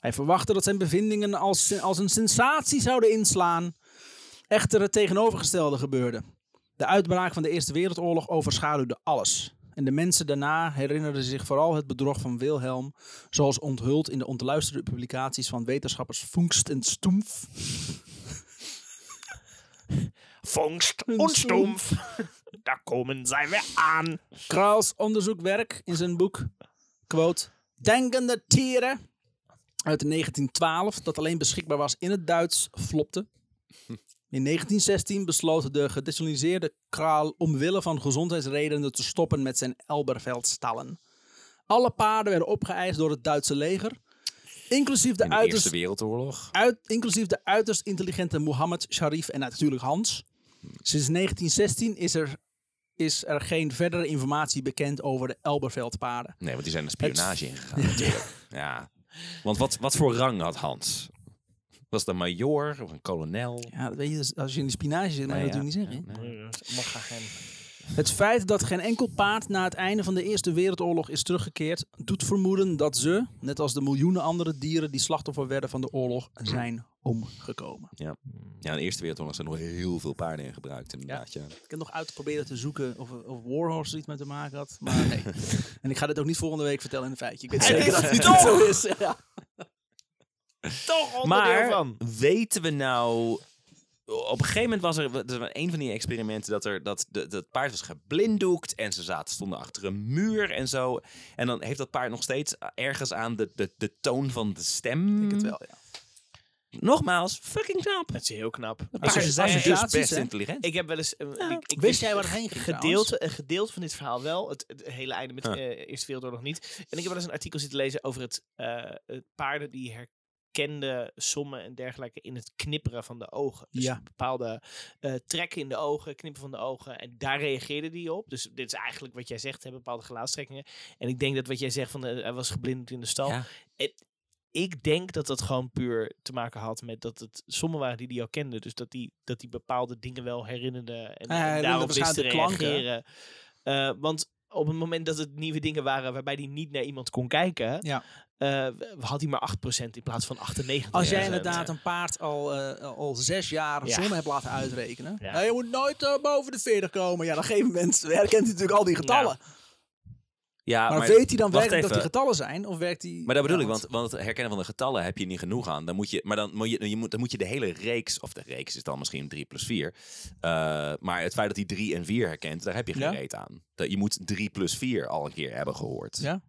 Hij verwachtte dat zijn bevindingen als, als een sensatie zouden inslaan. Echter, het tegenovergestelde gebeurde. De uitbraak van de Eerste Wereldoorlog overschaduwde alles. En de mensen daarna herinnerden zich vooral het bedrog van Wilhelm, zoals onthuld in de ontluisterde publicaties van wetenschappers Funkst en Stumpf.
Vongst onstumpf. Daar komen zij weer aan.
Kraals onderzoekwerk in zijn boek, quote, Denkende Tieren uit 1912, dat alleen beschikbaar was in het Duits, flopte. In 1916 besloot de gedesillusioneerde Kraal omwille van gezondheidsredenen te stoppen met zijn Elberveldstallen. Alle paarden werden opgeëist door het Duitse leger, inclusief de,
In de
uiterst,
Eerste Wereldoorlog.
uit, inclusief de uiterst intelligente Mohammed Sharif en natuurlijk Hans. Sinds 1916 is er, is er geen verdere informatie bekend over de Elberveldpaarden.
Nee, want die zijn de spionage ingegaan natuurlijk. Ja. Want wat, wat voor rang had Hans? Was het een majoor of een kolonel?
Ja, dat weet je, dus als je in de spinazie zit, mag je
Nee,
dat
ja.
natuurlijk niet zeggen. hè?
Mag gaan hem.
Het feit dat geen enkel paard na het einde van de Eerste Wereldoorlog is teruggekeerd, doet vermoeden dat ze, net als de miljoenen andere dieren die slachtoffer werden van de oorlog, zijn omgekomen.
Ja, in de Eerste Wereldoorlog zijn nog heel veel paarden in gebruikt inderdaad. Ja.
Ik heb nog uit te proberen te zoeken of, of Warhorse er iets mee te maken had. Maar nee. en ik ga dit ook niet volgende week vertellen in een feitje. Ik weet zeker dat het niet zo is. Ja.
Toch onderdeel
Maar
van.
weten we nou... Op een gegeven moment was er er was een van die experimenten dat, er, dat, dat, dat paard was geblinddoekt en ze zaten, stonden achter een muur en zo. En dan heeft dat paard nog steeds ergens aan de, de, de toon van de stem.
Ik het wel, ja.
Nogmaals, fucking knap.
Dat is heel knap.
Als
Ze
je-
zijn
als je
dus
raad
best
ziet, hè?
intelligent.
Ik heb wel eens. eh, ik, ik
wist jij waarheen ging
Gedeelte, een gedeelte van dit verhaal wel. Het, het hele einde met
Ja.
de Eerste Wereldoorlog niet. En ik heb wel eens een artikel zitten lezen over het, eh, het paarden die herkende sommen en dergelijke in het knipperen van de ogen. Dus
Ja.
bepaalde eh, trekken in de ogen, knippen van de ogen. En daar reageerde die op. Dus dit is eigenlijk wat jij zegt, hè, bepaalde gelaatstrekkingen. En ik denk dat wat jij zegt van eh, hij was geblind in de stal.
Ja.
Het- Eh, ik denk dat dat gewoon puur te maken had met dat het sommen waren die die al kenden. Dus dat die, dat die bepaalde dingen wel herinnerde en,
Ja, hij
en
herinnerde
daarop wist te
waarschijnlijk de klanken.
reageren. Eh, want op het moment dat het nieuwe dingen waren waarbij hij niet naar iemand kon kijken,
Ja.
eh, had hij maar 8% in plaats van 98%.
Als jij inderdaad een paard al, eh, al zes jaar
Ja.
zon hebt laten uitrekenen.
Ja.
Nou, je moet nooit eh, boven de 40 komen. Ja, dan geven mensen. Herkent hij natuurlijk al die getallen.
Ja,
maar, weet hij dan
wacht
werkelijk dat die
even.
getallen zijn? Of werkt hij.
Maar dat bedoel
Ja,
ik, want, want het herkennen van de getallen heb je niet genoeg aan. Dan moet je, maar dan moet je, je moet, dan moet je de hele reeks, of de reeks is dan misschien 3 plus 4. eh, maar het feit dat hij 3 en 4 herkent, daar heb je geen
Ja.
reet aan. Dat, je moet 3 plus 4 al een keer hebben gehoord.
Ja.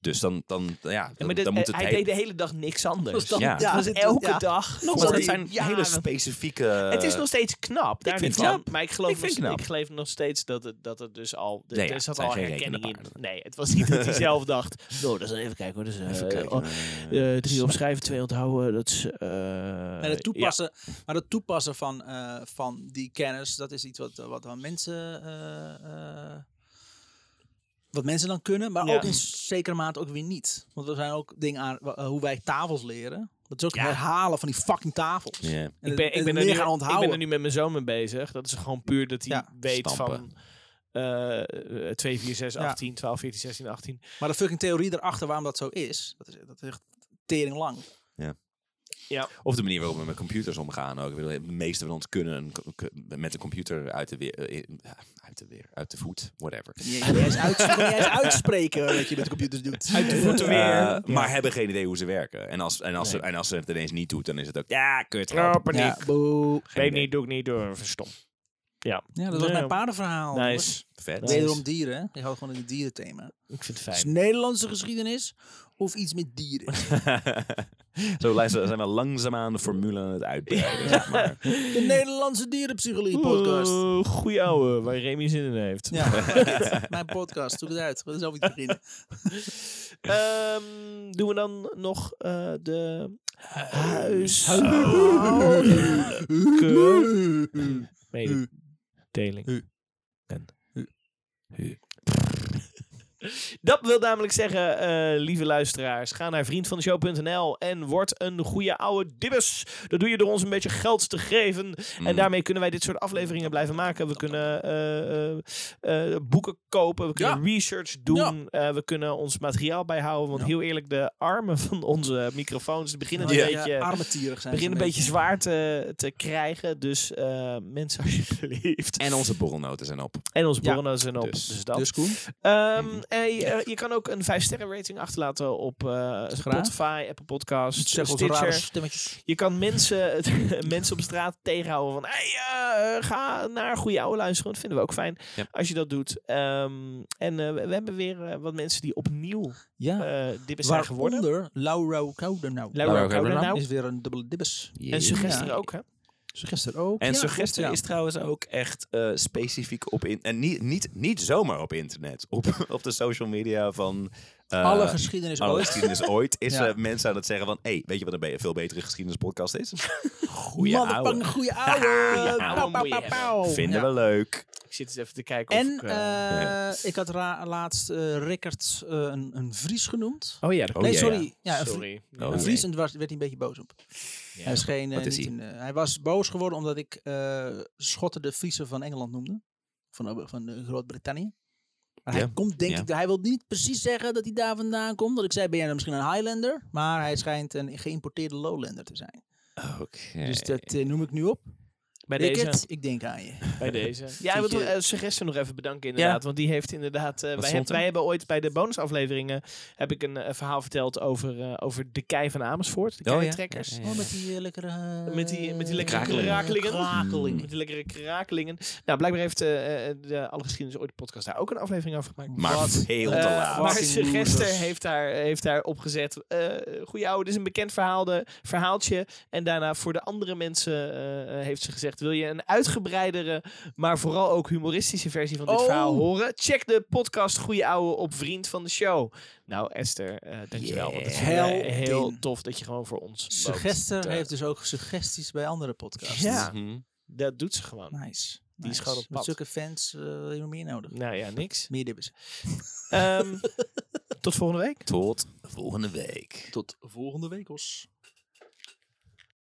Dus dan, dan, ja, dan,
Ja, maar dit- eh,
dan moet het
hij
hele-
deed de hele dag niks anders.
dan-
Ja.
Het was
Ja.
elke
Ja.
dag.
Want
voor
het zijn
jaren.
hele specifieke...
het is nog steeds knap. Daar
Eh, vind
niet
het
van,
knap.
Maar ik geloof,
Ik vind
nog,
het knap.
ik geloof nog steeds dat het, dat het dus al. Er,
Nee, ja,
er
het
zat
zijn
al
geen
herkenning in.
rekenpaarden.
Nee, het was niet dat hij zelf dacht. Nou, dat is even kijken hoor. Dat is, eh, oh, eh, drie opschrijven, twee onthouden. Dat is. eh,
En het
ja.
toepassen, Maar het toepassen van, eh, van die kennis, dat is iets wat, wat aan mensen. eh, eh, wat mensen dan kunnen, maar
Ja.
ook in zekere mate ook weer niet. Want er zijn ook dingen aan wa- eh, hoe wij tafels leren. Dat is ook het herhalen van die fucking tafels.
Ja.
En
Ik ben, ik, ben
meer
er nu,
gaan
ik
onthouden.
ben er nu met mijn zoon mee bezig. Dat is gewoon puur dat hij
Ja.
weet
Stampen.
van eh, eh, 2, 4, 6,
Ja.
18, 12, 14, 16, 18.
Maar de fucking theorie erachter waarom dat zo is, dat is, dat is echt tering lang.
Of de manier waarop we met computers omgaan ook. Ik bedoel, de meeste van ons kunnen een co- k- met een computer uit de weer, eh, in- ja, uit de weer, uit de voet, whatever.
Je, je eens uit, je kan niet eens uitspreken wat je met de computers doet. Uit de voeten
Eh, Maar hebben geen idee hoe ze werken. En als, en, als ze, en als ze het ineens niet doet, dan is het ook, ja, kut. grap.
Oh, paniek.
Ja, boe.
Geen
Weet
idee.
niet, doe ik niet door. Verstom. Ja.
ja, dat was
Ja.
mijn paardenverhaal.
Nice.
Vet.
Nee.
Wederom dieren. hè? Ik hou gewoon in het dierenthema.
Ik vind het
Is
fijn.
Nederlandse geschiedenis of iets met dieren?
Zo luister, zijn we langzaamaan de formule aan het uitbreiden. Zeg maar.
De Nederlandse dierenpsychologie podcast.
Oeh, goeie ouwe, waar Remy zin in heeft.
Ja, mijn podcast. Zoek het uit. We gaan zelf iets beginnen.
Ehm, doen we dan nog eh, de huis. Mededeling.
Hu.
En.
Hu.
Hu. Dat wil namelijk zeggen, eh, lieve luisteraars, ga naar vriendvandeshow.nl en word een goede oude dibbes. Dat doe je door ons een beetje geld te geven. En
Mhm.
Mm.
daarmee kunnen wij dit soort afleveringen blijven maken. We kunnen eh, eh, eh, boeken kopen, we kunnen research doen, eh, we kunnen ons materiaal bijhouden. Want heel eerlijk, de armen van onze microfoons die beginnen een
Ja,
beetje eh,
ja, arme tieren zijn.
begin
ze
een beetje zwaar te, te krijgen. Dus eh, mensen, alsjeblieft.
En onze borrelnoten zijn op.
En ons
Ja.
borrelnoten zijn op. Dus,
Dus-
dat.
Dus Koen,
Ehm, en je, eh, je kan ook een 5-sterren rating achterlaten op eh, Spotify, Apple Podcasts,
zeg onze rare
Stitcher.
stemmetjes.
Je kan mensen, mensen op straat tegenhouden van... Hey, eh, ga naar Goeie Oude luisteren. Dat vinden we ook fijn
Ja.
als je dat doet. Ehm, en eh, we we hebben weer eh, wat mensen die opnieuw
Ja.
eh dibbes zijn geworden.
Waaronder Laura Koudenau.
Laura Koudenau.
is weer een dubbele dibbes.
En suggestie
Ja.
ook, hè?
Suggestie ook.
En
ja,
suggestie
klopt,
is trouwens ook echt eh, specifiek op... In en niet, niet, niet zomaar op internet. Op, op de social media van... eh,
ja. Alle geschiedenis
alle
ooit.
geschiedenis ooit is
Ja.
eh, mensen aan het zeggen van... hey, weet je wat een be- veel betere geschiedenispodcast is? Goeie
Motherfucking
ouwe.
goeie
ouwe
ouwe. Pauw,
moet
pauw,
je
pauw,
hebben.
pauw.
Vinden
Oh, Ja.
we leuk.
Ik zit eens even te kijken
En
of ik...
eh,
eh,
ik had ra- laatst eh, Rickert eh, een, een Vries genoemd.
Oh ja, dat
Oh,
nee,
ja,
sorry. Ja, een Vri-
Sorry.
Oh,
een
nee.
Vries en daar was- werd hij een beetje boos op. Hij, is geen, eh,
Wat is
niet
hij?
een, eh, hij was boos geworden omdat ik eh, Schotten de Friese van Engeland noemde. Van, eh, van eh, Groot-Brittannië. Maar
Ja,
hij komt denk
ja.
ik, hij wil niet precies zeggen dat hij daar vandaan komt. Dat ik zei, ben jij dan misschien een Highlander? Maar hij schijnt een geïmporteerde Lowlander te zijn.
Oké.
Dus dat eh, noem ik nu op.
Bij
Rickert,
deze.
ik denk aan je.
Bij deze. Ja, we
Zit je-
moeten suggestie nog even bedanken inderdaad. Want die heeft inderdaad... eh, wij,
stond
heb-
er?
wij hebben ooit bij de bonusafleveringen... heb ik een eh, verhaal verteld over, eh, over de kei van Amersfoort. De
Oh, ja.
kei-trekkers.
Ja, ja, ja.
Oh, met die eh, lekkere... eh,
Met die, met die lekkere
Krakelingen.
krakelingen.
Krakelingen.
Met die lekkere krakelingen. Nou, blijkbaar heeft eh, eh, de Alle Geschiedenis Ooit podcast daar ook een aflevering over gemaakt.
Maar
Wat?
veel te
Eh,
laat.
maar
Fucking
Suggester
losers.
heeft daar, heeft daar opgezet. eh goeie ouwe, dit is een bekend verhaalde, verhaaltje. En daarna voor de andere mensen eh, eh, heeft ze gezegd... wil je een uitgebreidere, maar vooral ook humoristische versie van dit
Oh.
verhaal horen? Check de podcast Goeie Ouwe op Vriend van de Show. Nou Esther, eh dankjewel. Want het is
Yeah.
heel
Heldin.
tof dat je gewoon voor ons loopt.
Suggester
Eh,
heeft dus ook suggesties bij andere podcasts.
Ja,
Mhm.
dat doet ze gewoon.
Nice.
Die is
nice.
gewoon op
Met
pad.
zulke fans eh, heb je nog meer nodig.
Nou ja, niks.
Meer dibbes.
Ehm, tot volgende week.
Tot volgende week.
Tot volgende week, Os.